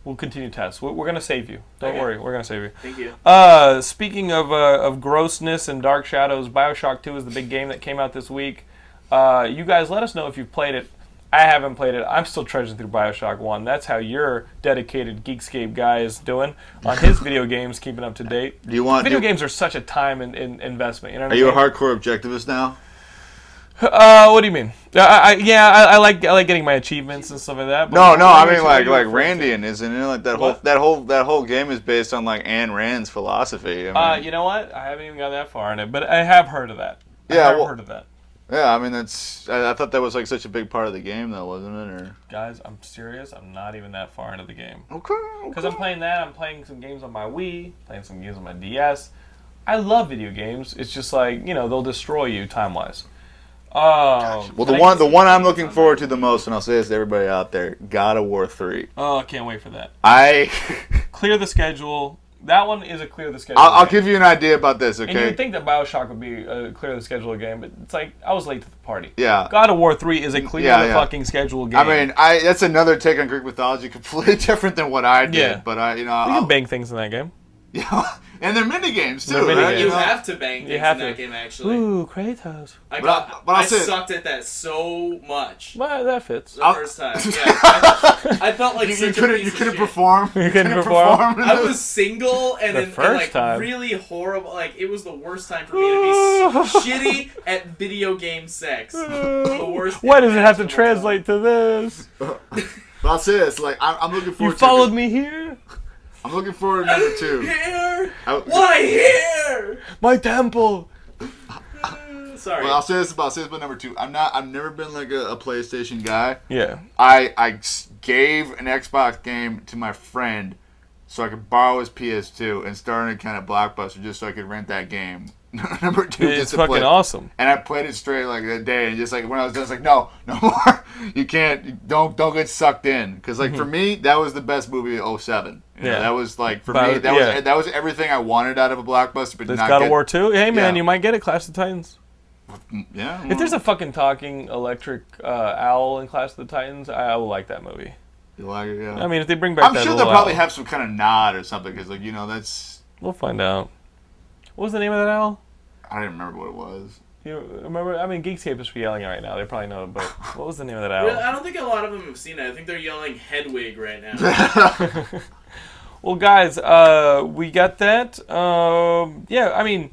[SPEAKER 1] we'll continue tests. We're, we're gonna save you. Don't
[SPEAKER 2] Okay.
[SPEAKER 1] worry, we're gonna save you.
[SPEAKER 2] Thank you.
[SPEAKER 1] Uh, speaking of uh, of grossness and dark shadows, Bioshock Two is the big game that came out this week. Uh, you guys, let us know if you've played it. I haven't played it. I'm still trudging through Bioshock One. That's how your dedicated Geekscape guy is doing on his video games, keeping up to date.
[SPEAKER 3] Do you want
[SPEAKER 1] Video
[SPEAKER 3] do-
[SPEAKER 1] games are such a time and in, investment. You know what
[SPEAKER 3] Are
[SPEAKER 1] I
[SPEAKER 3] you a
[SPEAKER 1] mean?
[SPEAKER 3] hardcore objectivist now?
[SPEAKER 1] Uh, what do you mean? Uh, I, I, yeah, I, I like I like getting my achievements and stuff like that. but
[SPEAKER 3] No,
[SPEAKER 1] what
[SPEAKER 3] no. I
[SPEAKER 1] are
[SPEAKER 3] mean,
[SPEAKER 1] you
[SPEAKER 3] like,
[SPEAKER 1] doing
[SPEAKER 3] like
[SPEAKER 1] for-
[SPEAKER 3] Randian, isn't it? Like that whole
[SPEAKER 1] What?
[SPEAKER 3] that whole that whole game is based on like Ayn Rand's philosophy. I
[SPEAKER 1] Uh,
[SPEAKER 3] mean,
[SPEAKER 1] you know what? I haven't even got that far in it, but I have heard of that.
[SPEAKER 3] Yeah,
[SPEAKER 1] I have
[SPEAKER 3] well-
[SPEAKER 1] heard of that.
[SPEAKER 3] yeah, I mean that's. I, I thought that was like such a big part of the game, though, wasn't it? Or
[SPEAKER 1] Guys, I'm serious. I'm not even that far into the game.
[SPEAKER 3] okay,
[SPEAKER 1] Because I'm playing that, I'm playing some games on my Wii, playing some games on my DS. I love video games. It's just like, you know, they'll destroy you time wise. Um,
[SPEAKER 3] Well, the one the one I'm looking forward to the most, and I'll say this to everybody out there: God of War Three.
[SPEAKER 1] oh, I can't wait for that.
[SPEAKER 3] I
[SPEAKER 1] Clear the schedule. That one is a clear the schedule.
[SPEAKER 3] I'll, I'll
[SPEAKER 1] game.
[SPEAKER 3] give you an idea about this.
[SPEAKER 1] And
[SPEAKER 3] Okay.
[SPEAKER 1] you'd think that Bioshock would be a clear the schedule game, but it's like I was late to the party.
[SPEAKER 3] Yeah.
[SPEAKER 1] God of War Three is a clear
[SPEAKER 3] Yeah,
[SPEAKER 1] the
[SPEAKER 3] yeah.
[SPEAKER 1] fucking schedule game.
[SPEAKER 3] I mean, I that's another take on Greek mythology, completely different than what I did.
[SPEAKER 1] Yeah.
[SPEAKER 3] But I, you know,
[SPEAKER 1] you
[SPEAKER 3] I'll-
[SPEAKER 1] can bang things in that game.
[SPEAKER 3] yeah, and they're mini games too.
[SPEAKER 1] They're mini
[SPEAKER 3] right?
[SPEAKER 1] games.
[SPEAKER 3] You
[SPEAKER 2] You
[SPEAKER 3] know?
[SPEAKER 2] have to bang things
[SPEAKER 1] have
[SPEAKER 2] in that
[SPEAKER 1] to.
[SPEAKER 2] game, actually.
[SPEAKER 1] Ooh, Kratos.
[SPEAKER 2] I,
[SPEAKER 3] But
[SPEAKER 2] got,
[SPEAKER 3] I-
[SPEAKER 2] I,
[SPEAKER 3] but I'll say-
[SPEAKER 2] sucked at that so much.
[SPEAKER 1] Well, that fits.
[SPEAKER 2] The first time. Yeah, I, I felt like
[SPEAKER 3] You, you
[SPEAKER 2] such a
[SPEAKER 3] couldn't
[SPEAKER 2] piece
[SPEAKER 3] you
[SPEAKER 2] of
[SPEAKER 3] couldn't
[SPEAKER 2] shit.
[SPEAKER 3] perform. You
[SPEAKER 1] couldn't perform?
[SPEAKER 3] in
[SPEAKER 2] I
[SPEAKER 3] those-
[SPEAKER 2] was single and,
[SPEAKER 1] The
[SPEAKER 2] in,
[SPEAKER 1] first
[SPEAKER 2] and like
[SPEAKER 1] time.
[SPEAKER 2] really horrible. Like it was the worst time for me to be s- shitty at video game sex. the worst.
[SPEAKER 1] Why does it have to
[SPEAKER 2] imaginable.
[SPEAKER 1] translate to this?
[SPEAKER 3] But I'll say this: like I, I'm looking
[SPEAKER 1] You
[SPEAKER 3] forward.
[SPEAKER 1] followed
[SPEAKER 3] to,
[SPEAKER 1] me here?
[SPEAKER 3] I'm looking forward to number two.
[SPEAKER 2] Here.
[SPEAKER 3] I,
[SPEAKER 2] Why here?
[SPEAKER 1] My temple!
[SPEAKER 2] Sorry.
[SPEAKER 3] Well, I'll say this about I'll say this about number two. I'm not. I've never been like a, a PlayStation guy.
[SPEAKER 1] Yeah.
[SPEAKER 3] I I s- gave an Xbox game to my friend so I could borrow his PS2 and start an account at Blockbuster just so I could rent that game. number two,
[SPEAKER 1] It's
[SPEAKER 3] just to
[SPEAKER 1] fucking
[SPEAKER 3] play.
[SPEAKER 1] awesome.
[SPEAKER 3] And I played it straight like that day, and just like when I was done, it's like no, no more. You can't. you Don't don't get sucked in. Because like for me, that was the best movie of 07. You know,
[SPEAKER 1] Mhm. Yeah.
[SPEAKER 3] that was like for
[SPEAKER 1] But-
[SPEAKER 3] me, that
[SPEAKER 1] yeah.
[SPEAKER 3] was that was everything I wanted out of a blockbuster. But
[SPEAKER 1] There's
[SPEAKER 3] not
[SPEAKER 1] God of
[SPEAKER 3] get-
[SPEAKER 1] War 2. Hey, man,
[SPEAKER 3] Yeah.
[SPEAKER 1] you might get it, Clash of the Titans.
[SPEAKER 3] Yeah.
[SPEAKER 1] If there's a fucking talking electric uh, owl in Clash of the Titans, I, I will like that movie.
[SPEAKER 3] You like it, yeah.
[SPEAKER 1] I mean, if they bring back
[SPEAKER 3] I'm
[SPEAKER 1] that
[SPEAKER 3] sure
[SPEAKER 1] little
[SPEAKER 3] they'll probably
[SPEAKER 1] owl,
[SPEAKER 3] have some kind of nod or something because like you know that's
[SPEAKER 1] We'll find out. What was the name of that owl?
[SPEAKER 3] I don't remember what it was.
[SPEAKER 1] You remember? I mean, Geekscape is yelling right now. They probably know, but what was the name of that
[SPEAKER 2] Really,
[SPEAKER 1] owl?
[SPEAKER 2] I don't think a lot of them have seen it. I think they're yelling Hedwig right now.
[SPEAKER 1] Well, guys, uh, we got that. Um, yeah, I mean,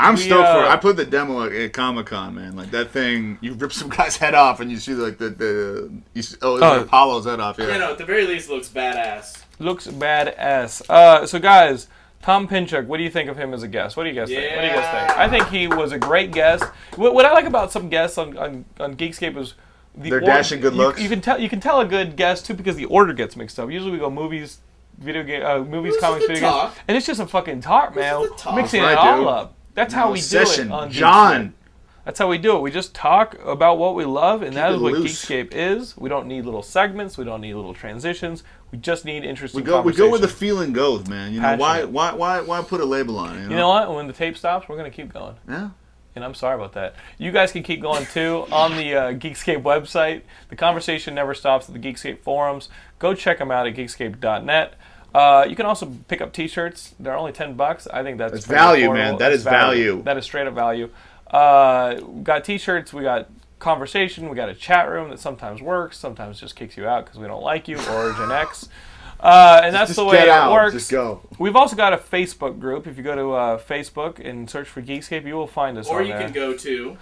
[SPEAKER 3] I'm
[SPEAKER 1] We,
[SPEAKER 3] stoked for it.
[SPEAKER 1] uh,
[SPEAKER 3] I put the demo at, at Comic Con, man. Like that thing, you rip some guy's head off, and you see like the the you see, oh, it's like
[SPEAKER 1] Oh.
[SPEAKER 3] Apollo's head off. Yeah.
[SPEAKER 2] You know, at the very least, it looks badass.
[SPEAKER 1] Looks badass. Uh, so guys, Tom Pinchuk, what do you think of him as a guest? What do you guys think? What do you guys think?
[SPEAKER 2] Yeah.
[SPEAKER 1] I think he was a great guest. What, what I like about some guests on on, on Geekscape is the
[SPEAKER 3] They're
[SPEAKER 1] order-
[SPEAKER 3] dashing good
[SPEAKER 1] you-
[SPEAKER 3] looks.
[SPEAKER 1] You, can tell you can tell a good guest too because the order gets mixed up. Usually we go movies, video game, uh, movies,
[SPEAKER 2] This is
[SPEAKER 1] comics,
[SPEAKER 2] the
[SPEAKER 1] video games,
[SPEAKER 2] talk.
[SPEAKER 1] and it's just a fucking talk, man.
[SPEAKER 2] is the talk.
[SPEAKER 1] Mixing
[SPEAKER 3] That's
[SPEAKER 1] it
[SPEAKER 3] right,
[SPEAKER 1] all
[SPEAKER 3] dude.
[SPEAKER 1] up. That's how we
[SPEAKER 3] session.
[SPEAKER 1] do it on Geekscape.
[SPEAKER 3] John.
[SPEAKER 1] That's how we do it. We just talk about what we love, and that
[SPEAKER 3] it
[SPEAKER 1] is what
[SPEAKER 3] loose.
[SPEAKER 1] Geekscape is. We don't need little segments. We don't need little transitions. We just need interesting.
[SPEAKER 3] We go we go where the
[SPEAKER 1] conversations.
[SPEAKER 3] feeling goes, man. You know why
[SPEAKER 1] Passionate.
[SPEAKER 3] why why why put a label on it? You know,
[SPEAKER 1] You know what? When the tape stops, we're gonna keep going.
[SPEAKER 3] Yeah.
[SPEAKER 1] And I'm sorry about that. You guys can keep going too on the uh, Geekscape website. The conversation never stops at the Geekscape forums. Go check them out at geekscape.net. Uh, you can also pick up T-shirts. They're only ten bucks. I think that's
[SPEAKER 3] That's
[SPEAKER 1] pretty
[SPEAKER 3] value,
[SPEAKER 1] affordable.
[SPEAKER 3] man. That
[SPEAKER 1] That's
[SPEAKER 3] is value.
[SPEAKER 1] That is straight up value. Uh, we got T-shirts. We got conversation. We got a chat room that sometimes works, sometimes just kicks you out because we don't like you. Origin X. Uh, and that's
[SPEAKER 3] just
[SPEAKER 1] the way
[SPEAKER 3] get
[SPEAKER 1] it
[SPEAKER 3] out.
[SPEAKER 1] works.
[SPEAKER 3] Just go.
[SPEAKER 1] We've also got a Facebook group. If you go to uh, Facebook and search for Geekscape, you will find us.
[SPEAKER 2] Or
[SPEAKER 1] on
[SPEAKER 2] you
[SPEAKER 1] there.
[SPEAKER 2] can go to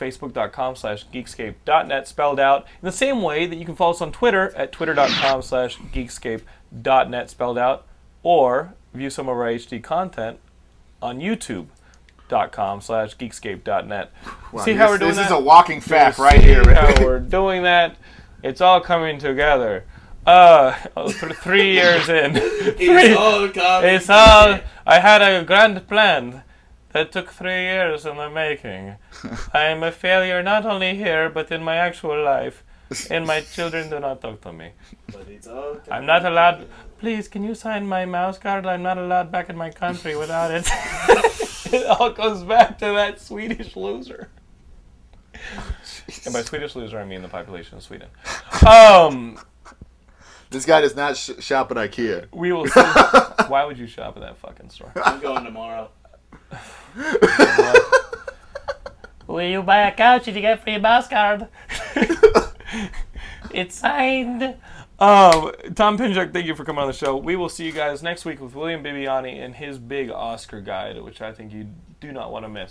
[SPEAKER 1] Facebook.com slash geekscape.net spelled out in the same way that you can follow us on Twitter at twitter.com slash geekscape.net spelled out or view some of our HD content on YouTube.com slash geekscape.net. See
[SPEAKER 3] this,
[SPEAKER 1] how we're doing
[SPEAKER 3] This is
[SPEAKER 1] that?
[SPEAKER 3] a walking fact
[SPEAKER 1] See
[SPEAKER 3] right here.
[SPEAKER 1] how we're doing that. It's all coming together. Uh, th- three years in.
[SPEAKER 2] It's All Comedy.
[SPEAKER 1] It's all. I had a grand plan that took three years in the making. I am a failure not only here, but in my actual life. And my children do not talk to me.
[SPEAKER 2] But it's all
[SPEAKER 1] I'm not allowed. Please, can you sign my mouse guard? I'm not allowed back in my country without it. it all goes back to that Swedish loser. And by Swedish loser, I mean the population of Sweden. Um,
[SPEAKER 3] This guy does not sh- shop at IKEA.
[SPEAKER 1] we will see. Why would you shop at that fucking store?
[SPEAKER 2] I'm going tomorrow.
[SPEAKER 1] Will you buy a couch if you get free mouse card? it's signed. Um, Tom Pinchuk, thank you for coming on the show. We will see you guys next week with William Bibiani and his big Oscar guide, which I think you do not want to miss.